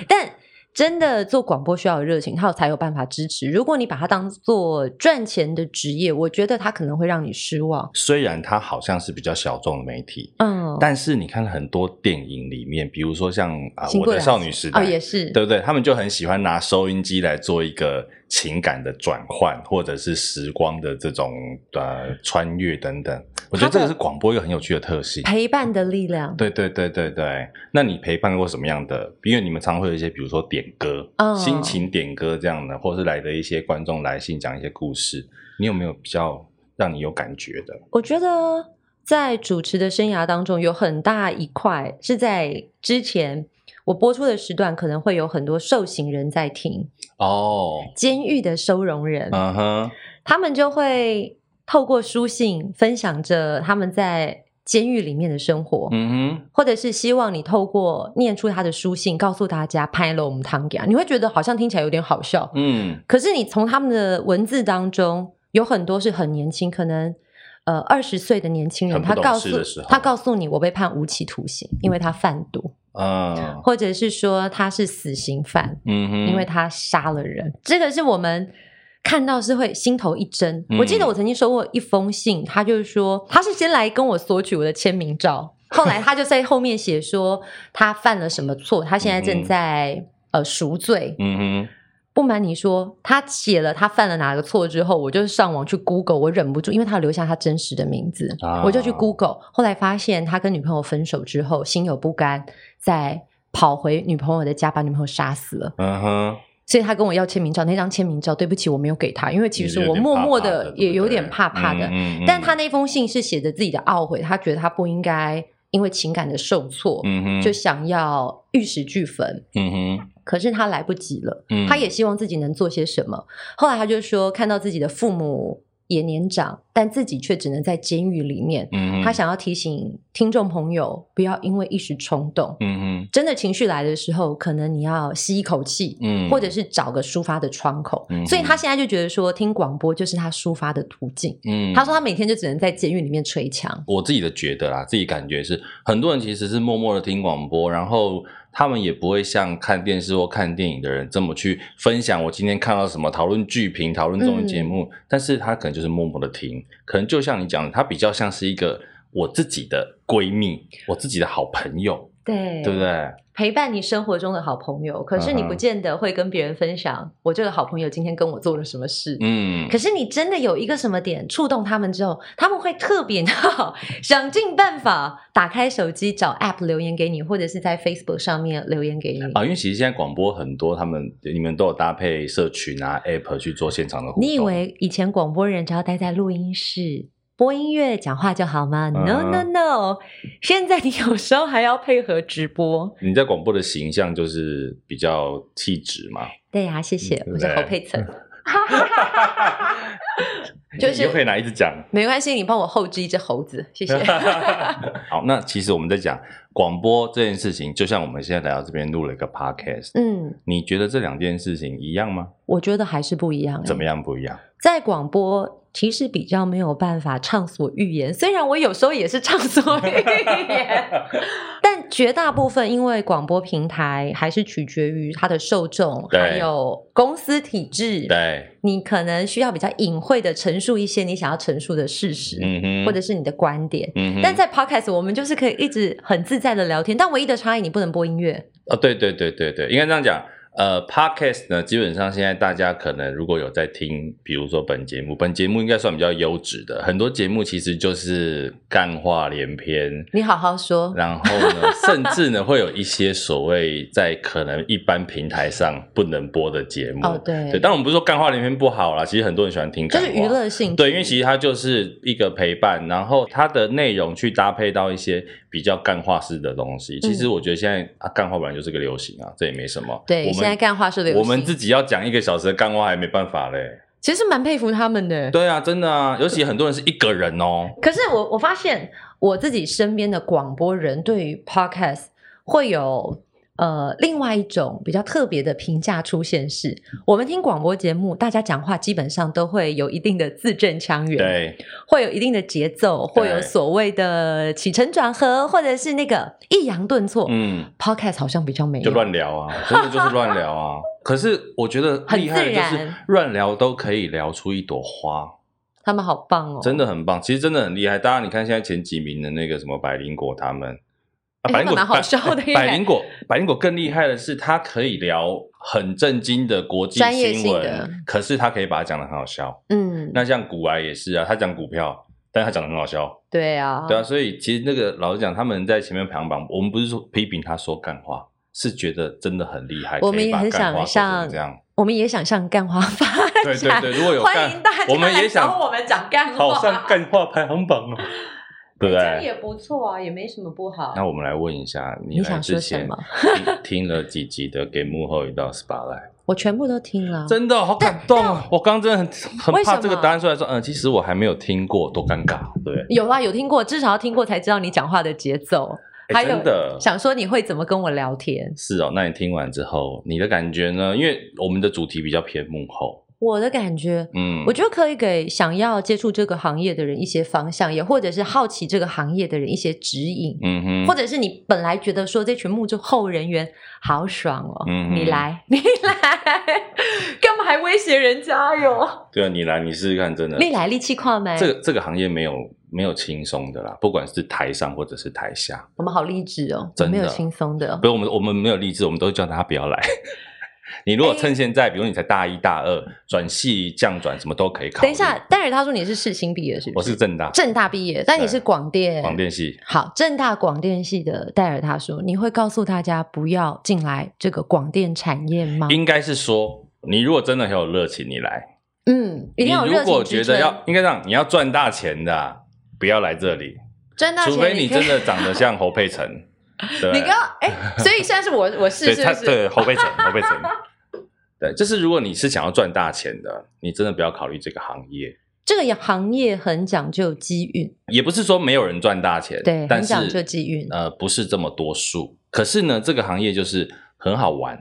但真的做广播需要有热情，他才有办法支持。如果你把它当做赚钱的职业，我觉得他可能会让你失望。 虽然它好像是比较小众的媒体，嗯，但是你看很多电影里面，比如说像啊、新我贵的人少女时代》哦也是对不对？他们就很喜欢拿收音机来做一个情感的转换，或者是时光的这种呃穿越等等。我觉得这个是广播一个很有趣的特性。陪伴的力量。对对对对对，那你陪伴过什么样的？因为你们常会有一些，比如说点歌、嗯心情点歌这样的，或是来的一些观众来信讲一些故事，你有没有比较让你有感觉的？我觉得在主持的生涯当中，有很大一块是在之前我播出的时段，可能会有很多受刑人在听，哦，监狱的收容人，嗯哼，他们就会透过书信分享着他们在监狱里面的生活。嗯哼。或者是希望你透过念出他的书信，告诉大家拍了我们汤给啊，你会觉得好像听起来有点好笑，嗯，可是你从他们的文字当中，有很多是很年轻，可能呃二十岁的年轻人，很不他懂告诉事的时候他告诉你我被判无期徒刑，因为他贩毒，嗯或者是说他是死刑犯，嗯哼，因为他杀了人。这个是我们看到是会心头一震。我记得嗯我曾经收过一封信，他就是说他是先来跟我索取我的签名照，后来他就在后面写说他犯了什么错，他现在嗯正在。呃，赎罪，嗯哼，不瞒你说，他写了他犯了哪个错之后，我就上网去 Google，我忍不住，因为他留下他真实的名字，啊我就去 Google。后来发现他跟女朋友分手之后，心有不甘，再跑回女朋友的家，把女朋友杀死了。嗯哼，所以他跟我要签名照，那张签名照，对不起，我没有给他，因为其实有我点默怕默怕的对不也有对点怕怕的。嗯嗯但他那封信是写着自己的懊悔，他觉得他不应该因为情感的受挫，嗯哼，就想要玉石俱焚。嗯哼，可是他来不及了，嗯他也希望自己能做些什么。后来他就说，看到自己的父母也年长，但自己却只能在监狱里面。嗯哼，他，想要提醒听众朋友，不要因为一时冲动，嗯哼，真的情绪来的时候，可能你要吸一口气，嗯，或者，是找个抒发的窗口。嗯哼所以他现在就觉得说，听广播就是他抒发的途径。嗯，他说他每天就只能在监狱里面捶墙。我自己的觉得啦，自己感觉是很多人其实是默默的听广播，然后他们也不会像看电视或看电影的人这么去分享我今天看到什么，讨论剧评、讨论综艺节嗯目，但是他可能就是默默的听，可能就像你讲的，他比较像是一个我自己的闺蜜，我自己的好朋友，对对不对？陪伴你生活中的好朋友，可是你嗯哼不见得会跟别人分享我这个好朋友今天跟我做了什么事。嗯可，是你真的有一个什么点触动他们之后，他们会特别 想尽办法打开手机找 App 留言给你，或者是在 Facebook 上面留言给你。啊，因为其实现在广播很多，他们你们都有搭配社群啊 App 去做现场的活动。你以为以前广播人只要待在录音室播音乐讲话就好吗？No 嗯 No No，现 在你有时候还要配合直播。你在广播的形象就是比较气质嘛？ 对呀、谢谢，嗯我是对侯佩岑。 就是你又可以拿一直讲。没关系，你帮我后置一只猴子，谢 谢。 好，那其实我们在讲广播这件事情，就像我们现在来到这边录了一个 podcast，、嗯，你觉得这两件事情一样吗？我觉得还是不一样、欸。怎么样不一样？在广播。其实比较没有办法畅所欲言，虽然我有时候也是畅所欲 言，但绝大部分因为广播平台还是取决于它的受众，对还有公司体制，对，你可能需要比较隐晦的陈述一些你想要陈述的事实，嗯哼，或者是你的观点。嗯哼，但在 podcast 我们就是可以一直很自在的聊天，但唯一的差异你不能播音乐，啊，对对对对对，应该这样讲。呃，podcast 呢，基本上现在大家可能如果有在听，比如说本节目，本节目应该算比较优质的。很多节目其实就是干话连篇，你好好说。然后呢， 甚至呢会有一些所谓在可能一般平台上不能播的节目。哦，对，对，当然我们不是说干话连篇不好啦，其实很多人喜欢听就干是话，娱乐性质，对，因为其实它就是一个陪伴，然后它的内容去搭配到一些比较干化式的东西。其实我觉得现在啊，干话本来就是个流行啊，这也没什么。嗯对我现在们干话是流行，我们自己要讲一个小时的干话还没办法嘞。其实蛮佩服他们的。对啊，真的啊，尤其很多人是一个人哦。可是我我发现我自己身边的广播人对于 podcast 会有呃另外一种比较特别的评价出现是，我们听广播节目，大家讲话基本上都会有一定的字正腔圆，，对会有一定的节奏，对会有所谓的起承转合，或者是那个抑扬顿挫。嗯， podcast 好像比较没有，就乱聊啊，真的就是乱聊啊。可是我觉得很厉害的就自是然乱聊都可以聊出一朵花。他们好棒哦，真的很棒，其实真的很厉害。大家你看现在前几名的那个什么百灵果他们，哎啊、百灵他们果蛮好笑的百耶百灵果百灵果更厉害的是，他可以聊很震惊的国际专业新性的闻，可是他可以把它讲的很好笑。嗯，那像股癌也是啊，他讲股票，但他讲的很好笑。对啊，对啊，所以其实那个老实讲，他们在前面排行榜，我们不是说批评他说干话，是觉得真的很厉害，我们可以也把很干想话说像成这样。我们也想上干花发展，对对对，如果有欢迎干大家，我们来也想找我们讲干话，考上干话排行 榜哦，对不这样对？也不错啊，也没什么不好。那我们来问一下，你来想说之什前么听 听了几集的《给幕后一道 spotlight》？我全部都听了，真的好感动哦！我刚刚真的很为很什怕么这个答案出来说，嗯，其实我还没有听过，多尴尬，对不对？有啊啦，有听过，至少要听过才知道你讲话的节奏，哎还有真的想说你会怎么跟我聊天。是哦，那你听完之后，你的感觉呢？因为我们的主题比较偏幕后，我的感觉，嗯，我觉得可以给想要接触这个行业的人一些方向，也或者是好奇这个行业的人一些指引，嗯或哼，者是你本来觉得说这群幕后人员好爽哦，嗯哼你来， 你来， 干嘛还威胁人家哟？对啊，你来，你试试看，真的，你来力气跨没？嗯这个这个行业没有没有轻松的啦，不管是台上或者是台下，我们好励志哦，真的没有轻松的不。是我们我们没有励志，我们都叫他不要来。 你如果哎趁现在，比如你才大一大二，转系降转什么都可以考虑。等一下，戴尔他说你是世新毕业是不我是正大正大毕业，但你是广电。广电系，好，正大广电系的戴尔他说，你会告诉大家不要进来这个广电产业吗？应该是说你如果真的很有热情，你来。嗯，一定要有你热如情果支觉撑得。要应该让你要赚大钱的啊、不要来这里，赚大钱，除非你可以真的长得像侯佩 岑。对 你刚刚哎，所以现在是我我是对，是他不是？对侯 佩岑，侯佩岑。对，就是如果你是想要赚大钱的，你真的不要考虑这个行业。这个行业很讲究机运，也不是说没有人赚大钱，对，很但是讲究机运，呃不是这么多数。可是呢，这个行业就是很好玩，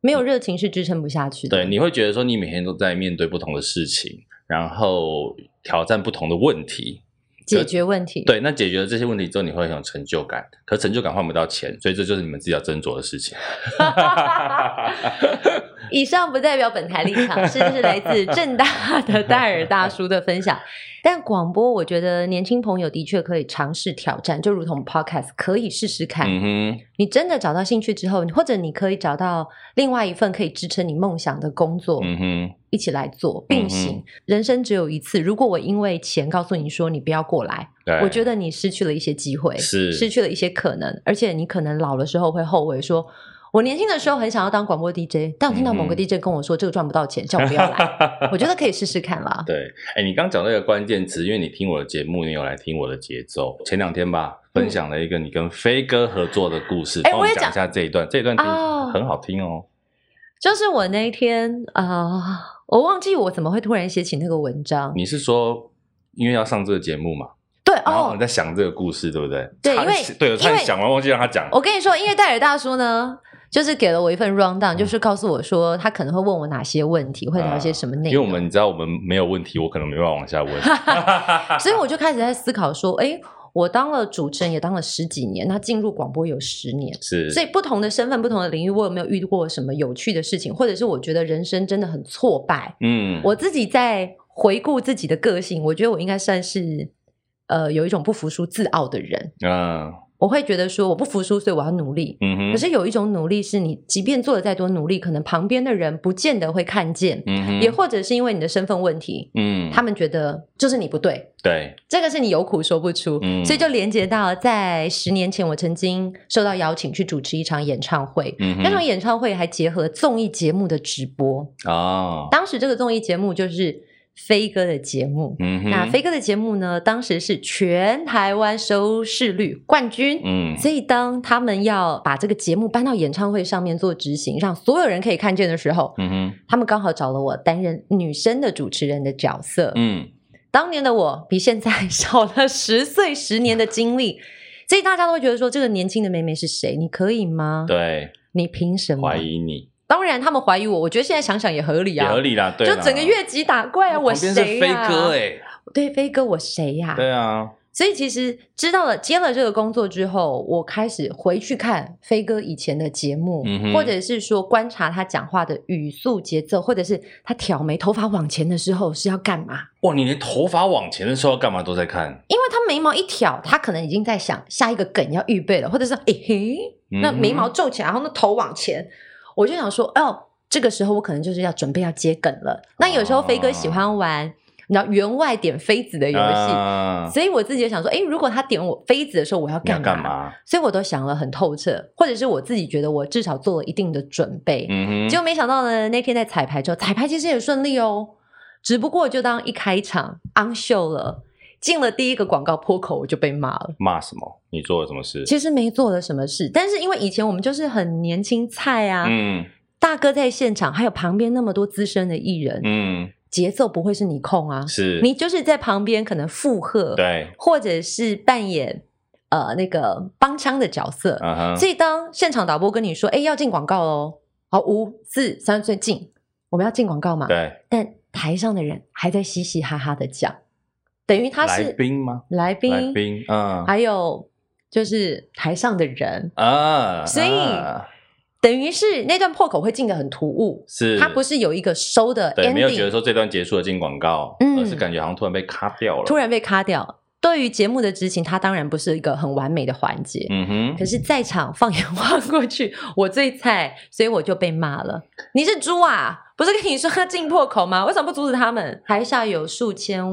没有热情是支撑不下去的。对，你会觉得说你每天都在面对不同的事情，然后挑战不同的问题，解决问题，对，那解决了这些问题之后，你会很有成就感，可成就感换不到钱，所以这就是你们自己要斟酌的 事情。以上不代表本台立场，是是来自正大的戴尔大叔的分享。但广播，我觉得年轻朋友的确可以尝试挑战，就如同 podcast 可以试试看。嗯哼，你真的找到兴趣之后，或者你可以找到另外一份可以支撑你梦想的工作，嗯哼，一起来做并行。人生只有一次，如果我因为钱告诉你说你不要过来，对，我觉得得你失去了一些机会，是失去了一些可能，而且你可能老的时候会后悔说。我年轻的时候很想要当广播 DJ，但我听到某个嗯 DJ 跟我说这个赚不到钱，叫我不要 来。我觉得可以试试看啦。对，哎，你刚讲到一个关键词，因为你听我的节目，你有来听我的节奏。前两天吧，分享了一个你跟飞哥合作的故事，哎帮我我也们讲讲一下这一段，这一段听、哦很好听哦。就是我那一天啊、呃我忘记我怎么会突然写起那个文章。你是说，因为要上这个节目嘛，对然哦后你，在想这个故事，对不对？对差点因为写对，我差因点为哦想完忘记让他讲。我跟你说，因为戴尔大叔呢，就是给了我一份 round 嗯 down，就是告诉我说他可能会问我哪些问题，会聊一些什么内啊因为容。我们你知道我们没有问题，我可能没办法往下问。所以我就开始在思考说，哎，我当了主持人也当了十几年，那进入广播有十年，是，所以不同的身份、不同的领域，我有没有遇过什么有趣的事情，或者是我觉得人生真的很挫败？嗯，我自己在回顾自己的个性，我觉得我应该算是呃有一种不服输、自傲的人。嗯我会觉得说我不服输，所以我要努力。嗯哼，可是有一种努力是你，即便做了再多努力，可能旁边的人不见得会看见，嗯哼，也或者是因为你的身份问题，嗯，他们觉得就是你不对，对，这个是你有苦说不出，嗯所以就连接到在十年前，我曾经受到邀请去主持一场演唱会，嗯哼，那场演唱会还结合综艺节目的直播，哦，当时这个综艺节目就是飞哥的节目。嗯哼，那飞哥的节目呢，当时是全台湾收视率冠军，嗯所以当他们要把这个节目搬到演唱会上面做执行，让所有人可以看见的时候，嗯哼，他们刚好找了我担任女生的主持人的角色。嗯当年的我比现在少了十岁十年的经历，所以大家都会觉得说，这个年轻的妹妹是谁？你可以吗？对，你凭什么怀？疑你当然，他们怀疑我，我觉得现在想想也合理也啊，合理啦，对就啦，整个越级打怪啊，旁我边是谁飞呀、哥哎、哎，对，飞哥我谁呀、对啊，所以其实知道了接了这个工作之后，我开始回去看飞哥以前的节目，嗯哼或者是说观察他讲话的语速、节奏，或者是他挑眉、头发往前的时候是要干嘛？哇，你连头发往前的时候要干嘛都在看，因为他眉毛一挑，他可能已经在想下一个梗要预备了，或者是诶嘿，那嗯哼眉毛皱起来，然后那头往前，我就想说，哦，这个时候我可能就是要准备要接梗了。那有时候飞哥喜欢玩，你知道员外点妃子的游戏。啊所以我自己也想说，诶，如果他点我妃子的时候，我要你要干嘛？干嘛？所以我都想了很透彻，或者是我自己觉得我至少做了一定的准备。嗯哼，结果没想到呢，那天在彩排之后，彩排其实也顺利哦，只不过就当一开场 on show 了，进了第一个广告破口，我就被骂了。骂什么？你做了什么事？其实没做了什么事，但是因为以前我们就是很年轻菜啊，嗯大哥在现场，还有旁边那么多资深的艺人，嗯，节奏不会是你控啊，是你就是在旁边可能附和，对，或者是扮演呃那个帮腔的角色，嗯哼，所以当现场导播跟你说：“哎，要进广告喽！”好，五、四、三，最近我们要进广告嘛？对，但台上的人还在嘻嘻哈哈的讲，等于他来是宾吗？来宾，啊来宾，嗯还有就是台上的人，啊，所以啊等于是那段破口会进的很突兀，是他不是有一个收的对，没有觉得 ending，说这段结束了进广告，嗯而是感觉好像突然被卡掉了。突，然被卡掉。对于节目的执行，它当然不是一个很完美的环节。嗯哼可，是，在场放眼望过去，我最菜，所以我就被骂了。你是猪啊！不是跟你说要进破口吗？为什么不阻止他们？台下有数千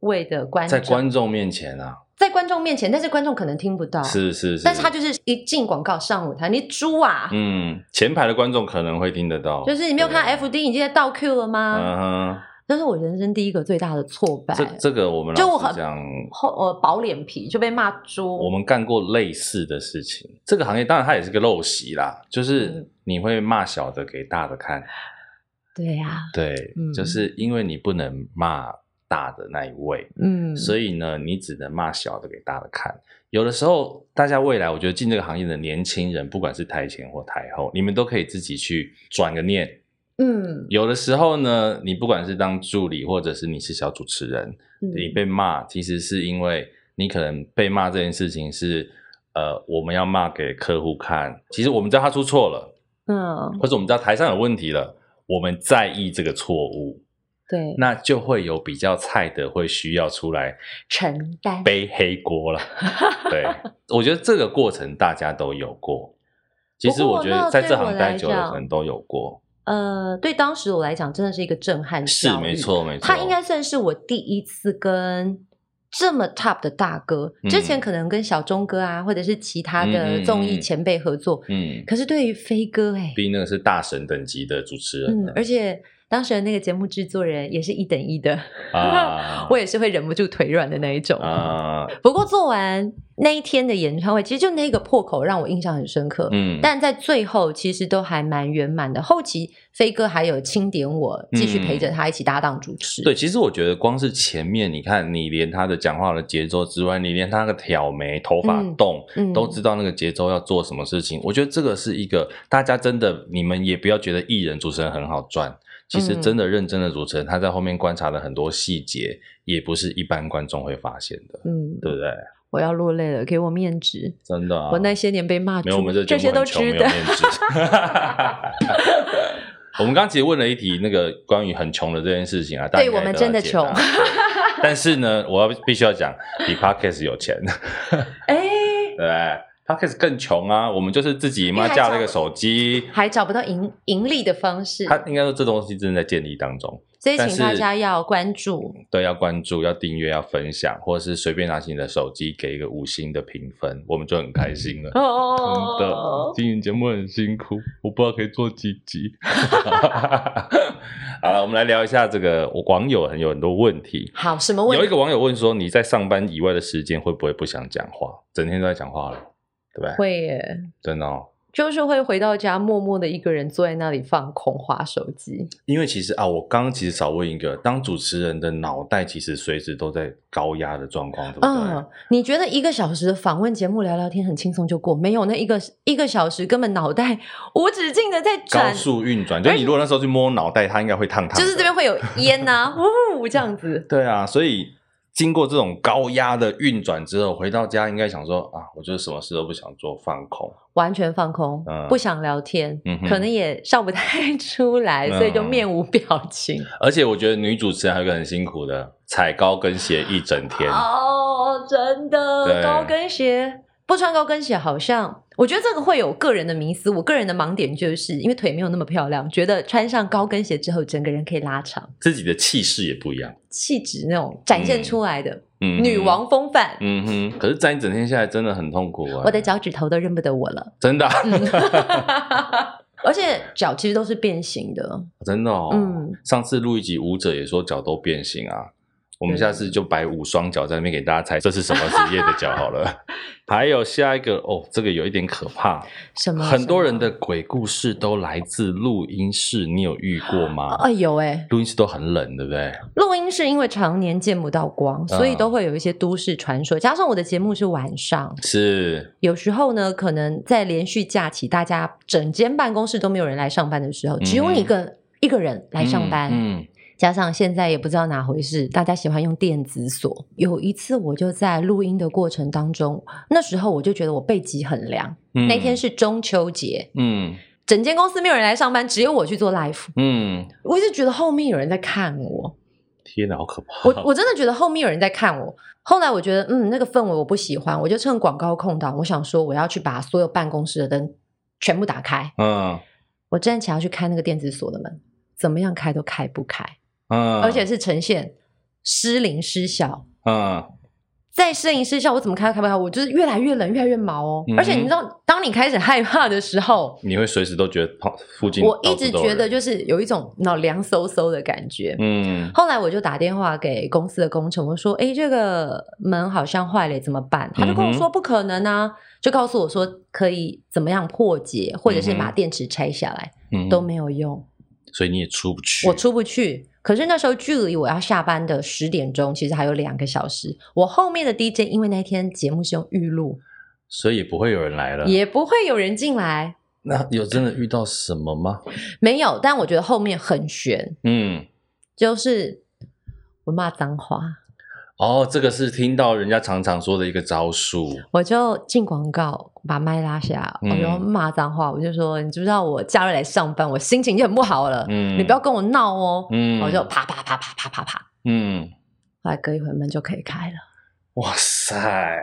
位的观众，在观众面前啊，在观众面前，但是观众可能听不到。，是是是，啊但是他就是一进广告上舞台，你猪啊！嗯，前排的观众可能会听得到，就是你没有看到对啊 FD 已经在倒 Q 了吗？嗯哼，这是我人生第一个最大的挫败。这这个我们就我老很实讲，后我薄脸皮就被骂猪。我们干过类似的事情。这个行业当然它也是个陋习啦，就是嗯你会骂小的给大的看，对呀、对，嗯就是因为你不能骂大的那一位，嗯，所以以呢，你只能骂小的给大的看。有的时候，大家未来我觉得进这个行业的年轻人，不管是台前或台后，你们都可以自己去转个念。嗯，有的时候呢，你不管是当助理，或者是你是小主持人，嗯你被骂，其实是因为你可能被骂这件事情是，呃，我们要骂给客户看。其实我们知道他出错了，嗯，或者我们知道台上有问题了，我们在意这个错误，对，那就会有比较菜的会需要出来承担。背黑锅了。 对，我觉得这个过程大家都有过。其实不过我觉得那在对这我行来待久了，讲可能都有过。呃，对当时我来讲，真的是一个震撼是教育没。错，没错。他应该算是我第一次跟这么 top 的大哥，之前嗯可能跟小钟哥啊，或者是其他嗯嗯的嗯综艺嗯前辈合作，嗯，可是对于飞哥哎、毕竟那个是大神等级的主持人嗯了，，而且。当时的那个节目制作人也是一等一的，，啊 我也是会忍不住腿软的那一种。啊，不过做完那一天的演唱会，其实就那个破口让我印象很深刻。嗯，但在最后其实都还蛮圆满的。后期飞哥还有清点我，继续陪着他一起搭档主持。对，其实我觉得光是前面，你看，你连他的讲话的节奏之外，你连他那个挑眉、头发嗯动，嗯都知道那个节奏要做什么事情。我觉得这个是一个大家真的，你们也不要觉得艺人主持人很好赚，其实嗯真的认真的主持人，他在后面观察的很多细节，也不是一般观众会发现的，嗯，对不对？我要落泪了，给我面子。真的啊，我那些年被骂没有我猪，们这节些目都很穷，值没有得。面子。 我们刚刚其实问了一题那个关于很穷的这件事情啊，大家对应该我们得到真的解答穷对 但是呢，我要必须要讲，比 Parkes 有钱， 哎，对不对？Parkes 更穷啊，我们就是自己因妈为还架了找一个手机，还找不到盈盈利的方式，他应该说这东西正在建立当中，所以但请大是家要关注。对，要关注，要订阅，要分享，或者是随便拿起你的手机给一个五星的评分，我们就很开心了。真的，哦，嗯经营节目很辛苦，我不知道可以做几集。 好了，我们来聊一下这个我网友很有很多问题。好，什么问有题一？个网友问说，你在上班以外的时间会不会不想讲话，整天都在讲话了，对不对？会耶，真的哦，就是会回到家，默默的一个人坐在那里放空，划手机。因为其实啊，我刚刚其实少问一个，当主持人的脑袋其实随时都在高压的状况，对不对？嗯，你觉得一个小时的访问节目聊聊天很轻松就过？没有，那一个一个小时根本脑袋无止境的在高转，速运转，就是你如果那时候去摸脑袋，它应该会烫烫的，就是这边会有烟呐、呜这样子。对啊，所以经过这种高压的运转之后，回到家应该想说啊，我就是什么事都不想做，放空。完全放空，嗯不想聊天，嗯哼可能也笑不太 出来，嗯所以就面无表情。而且我觉得女主持人还有一个很辛苦的，踩高跟鞋一整天。哦，真的，对高跟鞋不穿高跟鞋好像。我觉得这个会有个人的迷思，我个人的盲点就是因为腿没有那么漂亮，觉得穿上高跟鞋之后，整个人可以拉长，自己的气势也不一样，气质那种展现出来的、嗯哼女，王风范，嗯哼。可是站一整天下来真的很痛苦啊！我的脚嗯趾头都认不得我了。真的啊、而且脚其实都是变形的，真的哦。嗯上次录一集舞者也说脚都变形啊，我们对下次就摆五双脚在那边给大家猜这是什么职业的脚 好了。还有下一个哦，这个有一点可怕，什么很多什人的鬼故事都来自录音室，你有遇过么吗？啊有哎、录音室都很冷，对不对？录音是因为常年见不到嗯光，所以都会有一些都市传说。加上我的节目是晚上，是，有时候呢，可能在连续假期，大家整间办公室都没有人来上班的时候，只有你一个、一个人来上班。嗯，嗯加上现在也不知道哪回事，大家喜欢用电子锁。有一次，我就在录音的过程当中，那时候我就觉得我背脊很凉。嗯那天，是中秋节，嗯整间公司没有人来上班，只有我去做 live，嗯，我一直觉得后面有人在看我。天哪，好可怕！ 我我真的觉得后面有人在看我。后来我觉得，嗯，那个氛围我不喜欢，我就趁广告空档，我想说我要去把所有办公室的灯全部打开。嗯我站起来要去开那个电子锁的门，怎么样开都开不开，嗯，而且是呈现失灵失效。嗯在失灵失效，我怎么开都开不开，我就是越来越冷，越来越毛哦。嗯哼而且你知道，当你开始害怕的时候，你会随时都觉得旁附近，我一直觉得，就是有一种脑凉飕飕的感觉。嗯后来我就打电话给公司的工程，我说：“哎，这个门好像坏了，怎么办？”他就跟我嗯哼说：“不可能啊！”就告诉我说可以怎么样破解，或者是嗯把哼电池拆下来，嗯都，没有用，所以你也出不去。我，出不去。可是那时候距离我要下班的十点钟，其实还有两个小时。我后面的 DJ 因为那天节目是用预录，所以也不会有人来了。也不会有人进来，那有真的遇到什么吗？没有。但我觉得后面很悬，嗯，就是我骂脏话。哦，这个是听到人家常常说的一个招数。我就进广告，把麦拉下，嗯我就骂脏话，我就说：“你知不知道我假日来上班，我心情就很不好了，嗯，你不要，跟我闹哦。嗯，我就啪啪啪啪啪啪啪，嗯，后来隔一会儿门就可以开了。哇塞，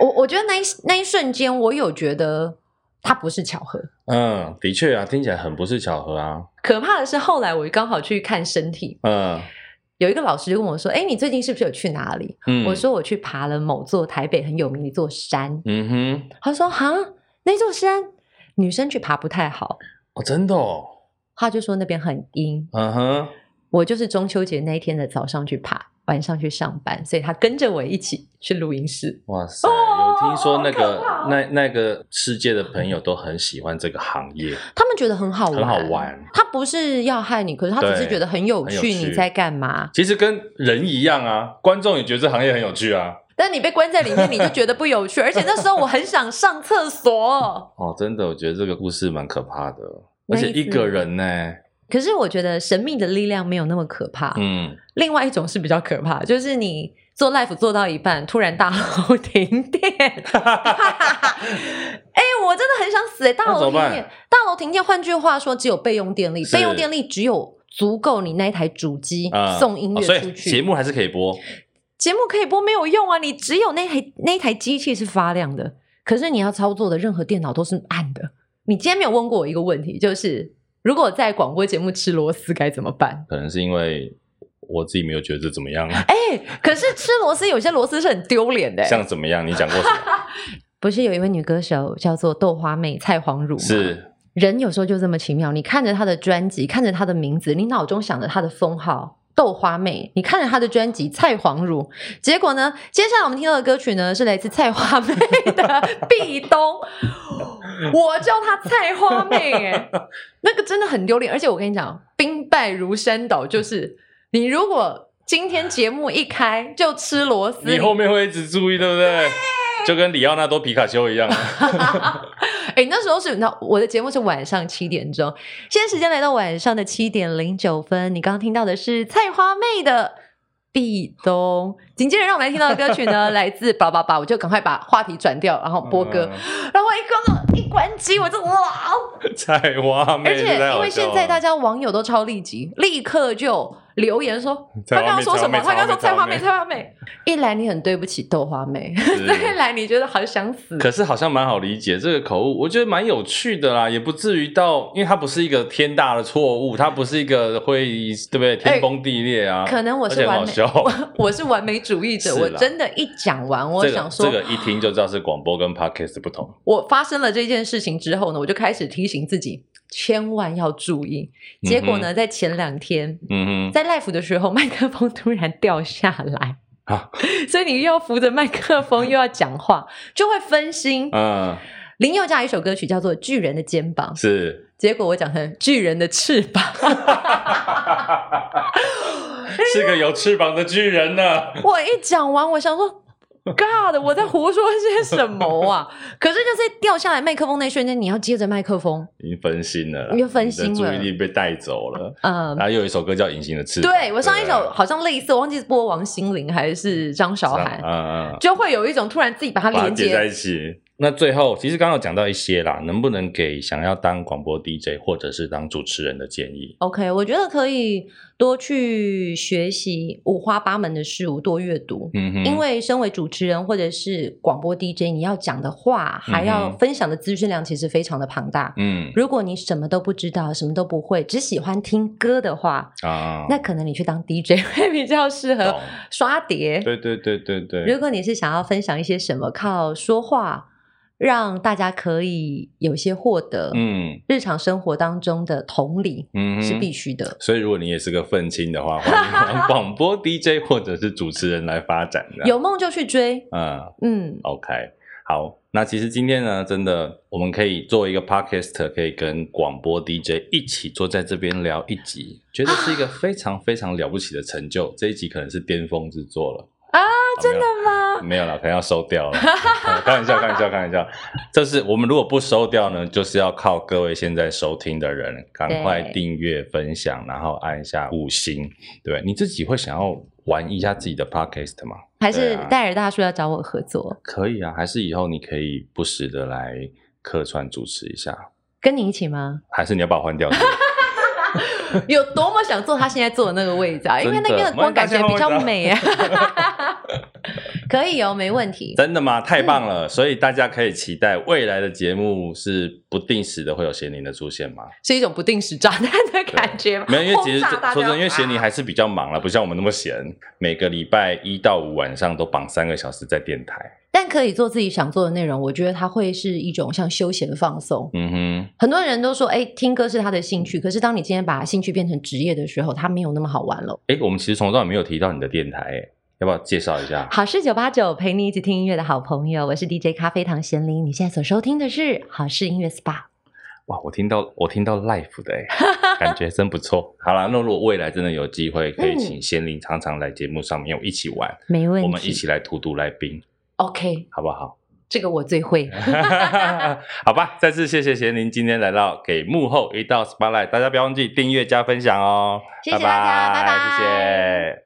我我觉得那一那一瞬间，我有觉得它不是巧合。嗯，的确啊，听起来很不是巧合啊。可怕的是，后来我刚好去看身体，嗯有一个老师就问我说：“哎，你最近是不是有去哪里？”嗯，我，说：“我去爬了某座台北很有名的一座山。嗯哼，他说：“哈，那座山女生去爬不太好。”哦，真的哦，他就说那边很阴。嗯哼，我就是中秋节那一天的早上去爬，晚上去上班，所以他跟着我一起去录音室。哇塞，哦有听说那个那那个世界的朋友都很喜欢这个行业，他们觉得很好玩，很好玩。他不是要害你，可是他只是对觉得很有很有趣，趣你在干嘛？其实跟人一样啊，观众也觉得这行业很有趣啊。但你被关在里面，你就觉得不有趣。而且那时候我很想上厕所，哦，真的，我觉得这个故事蛮可怕的，那而一次且一个人呢、可是我觉得神秘的力量没有那么可怕。嗯，另外一种是比较可怕，就是你做 life 做到一半，突然大楼 停电。哎、我真的很想死、欸！大那怎楼停么办电，大楼停电，换句话说，只有备用电力，是备用电力只有足够你那一台主机啊送音乐哦所以出去。节目还是可以播，节目可以播没有用啊，你只有那台那台机器是发亮的，可是你要操作的任何电脑都是暗的。你今天没有问过我一个问题，就是如果在广播节目吃螺丝该怎么办？可能是因为我自己没有觉得怎么样，啊哎、可是吃螺丝有些螺丝是很丢脸的、欸。像怎么样？你讲过什 么？不是有一位女歌手叫做豆花妹蔡黄汝吗？是人有时候就这么奇妙，你看着她的专辑，看着她的名字，你脑中想着她的封号。豆花妹，你看着她的专辑《蔡黄汝》，结果呢？接下来我们听到的歌曲呢，是来自蔡花妹的 《壁咚》，我叫她蔡花妹、哎，那个真的很丢脸。而且我跟你讲，兵败如山倒，就是你如果今天节目一开就吃螺丝，你后面会一直注意，对不对？就跟里奥纳多皮卡丘一样，哎、那时候是，那我的节目是晚上七点钟，现在时间来到晚上的七点零九分。你刚刚听到的是菜花妹的《壁咚》，紧接着让我们来听到的歌曲 呢，来自叭叭叭，我就赶快把话题转掉，然后播 歌，然后一关一关机，我就哇！哦嗯菜花妹，而且这太因好为现笑在了大家网友都超立即，立刻就留言 说菜他花刚刚妹说什么，他菜花妹刚刚说菜菜花花妹妹菜花妹，一来你很对不起豆花妹，是再来你觉得好想死。可是好像蛮好理解这个口误，我觉得蛮有趣的啦，也不至于到，因为它不是一个天大的错误，它不是一个会对不对天崩地裂啊。可能我是完而美且很好笑 我是完美主义者，是啦我真的，一讲完，我这想个说，这个一听就知道是广播跟 podcast 不同。我发生了这件事情之后呢，我就开始提醒自己，千万要注意。结果呢，在前两天，嗯哼，在 live 的时候，麦克风突然掉下来，啊，所以你又要扶着麦克风，又要讲话，就会分心。嗯，林宥嘉有一首歌曲叫做《巨人的肩膀》， 是结果我讲成《巨人的翅膀》。是个有翅膀的巨人呢。 我一讲完，我想说。God，我在胡说些什么啊？ 可是就是掉下来麦克风那瞬间，你要接着麦克风，已经分心了啦，又分心了你的注意力被带走了。嗯，然后又有一首歌叫《隐形啊的翅膀》，对我上一对啊不首好像类似，我忘记是播王心凌还是张对韶是啊涵，嗯嗯，就会有一种突然自己把它把它连接在接。一起。那最后，其实刚刚有讲到一些啦，能不能给想要当广播 DJ 或者是当主持人的建议？ OK，我觉得可以多去学习五花八门的事物，多阅读。嗯哼，因为身为主持人或者是广播 DJ，你要讲的话，还要嗯哼分享的资讯量其实非常的庞大。嗯如果你什么都不知道，什么都不会，只喜欢听歌的话，啊，那可能你去当 DJ 会比较适合懂刷碟。对对对对对如，果你是想要分享一些什么，靠说话让大家可以有些获得，嗯日常生活当中的同理嗯哼，是必须的。所以如果你也是个愤青的 话，欢迎往广播 DJ 或者是主持人来发展的。有梦就去追，啊嗯嗯， ，OK，好。那其实今天呢，真的我们可以作为一个 podcast，可以跟广播 DJ 一起坐在这边聊一集，觉得是一个非常非常了不起的成就。这一集可能是巅峰之作了啊！真的吗？没有了，可能要收掉了。 开玩笑，开玩笑，开玩笑。这是我们如果不收掉呢，就是要靠各位现在收听的人，赶快对订阅、分享，然后按下五星。对，你自己会想要玩一下自己的 podcast 吗？还对是啊戴尔大叔要找我合作，可以啊，还是以后你可以不时的来客串主持一下，跟你一起吗？ 还是你要 把我换掉？有多么想坐他现在坐的那个位置啊？因为那边的光感觉比较美啊。 可以哦，没问题。真的吗？太棒了！所以大家可以期待未来的节目是不定时的会有咸宁的出现吗？是一种不定时炸弹的感觉吗？没有，因为其实轰炸大家说真的，因为咸宁啊还是比较忙了，不像我们那么闲，每个礼拜一到五晚上都绑三个小时在电台。但可以做自己想做的内容，我觉得它会是一种像休闲放松。嗯哼，很多人都说，哎、听歌是他的兴趣，可是当你今天把兴趣变成职业的时候，它没有那么好玩了。哎，我们其实从头到尾没有提到你的电台，哎，要不要介绍一下？好事九八九陪你一起听音乐的好朋友，我是 DJ 咖啡糖贤玲。你现在所收听的是好事音乐 SPA。哇，我听到我听到 life 的哎、感觉真不错。 好啦，那如果未来真的有机会，可以请贤玲常常来节目上面，我们一起玩，没问题，嗯我们一起来荼毒来宾， OK，好不好？ 这个我最会。好吧，再次谢谢贤玲今天来到给幕后一道 spotlight，大家不要忘记订阅加分享哦。谢谢大家拜拜谢谢。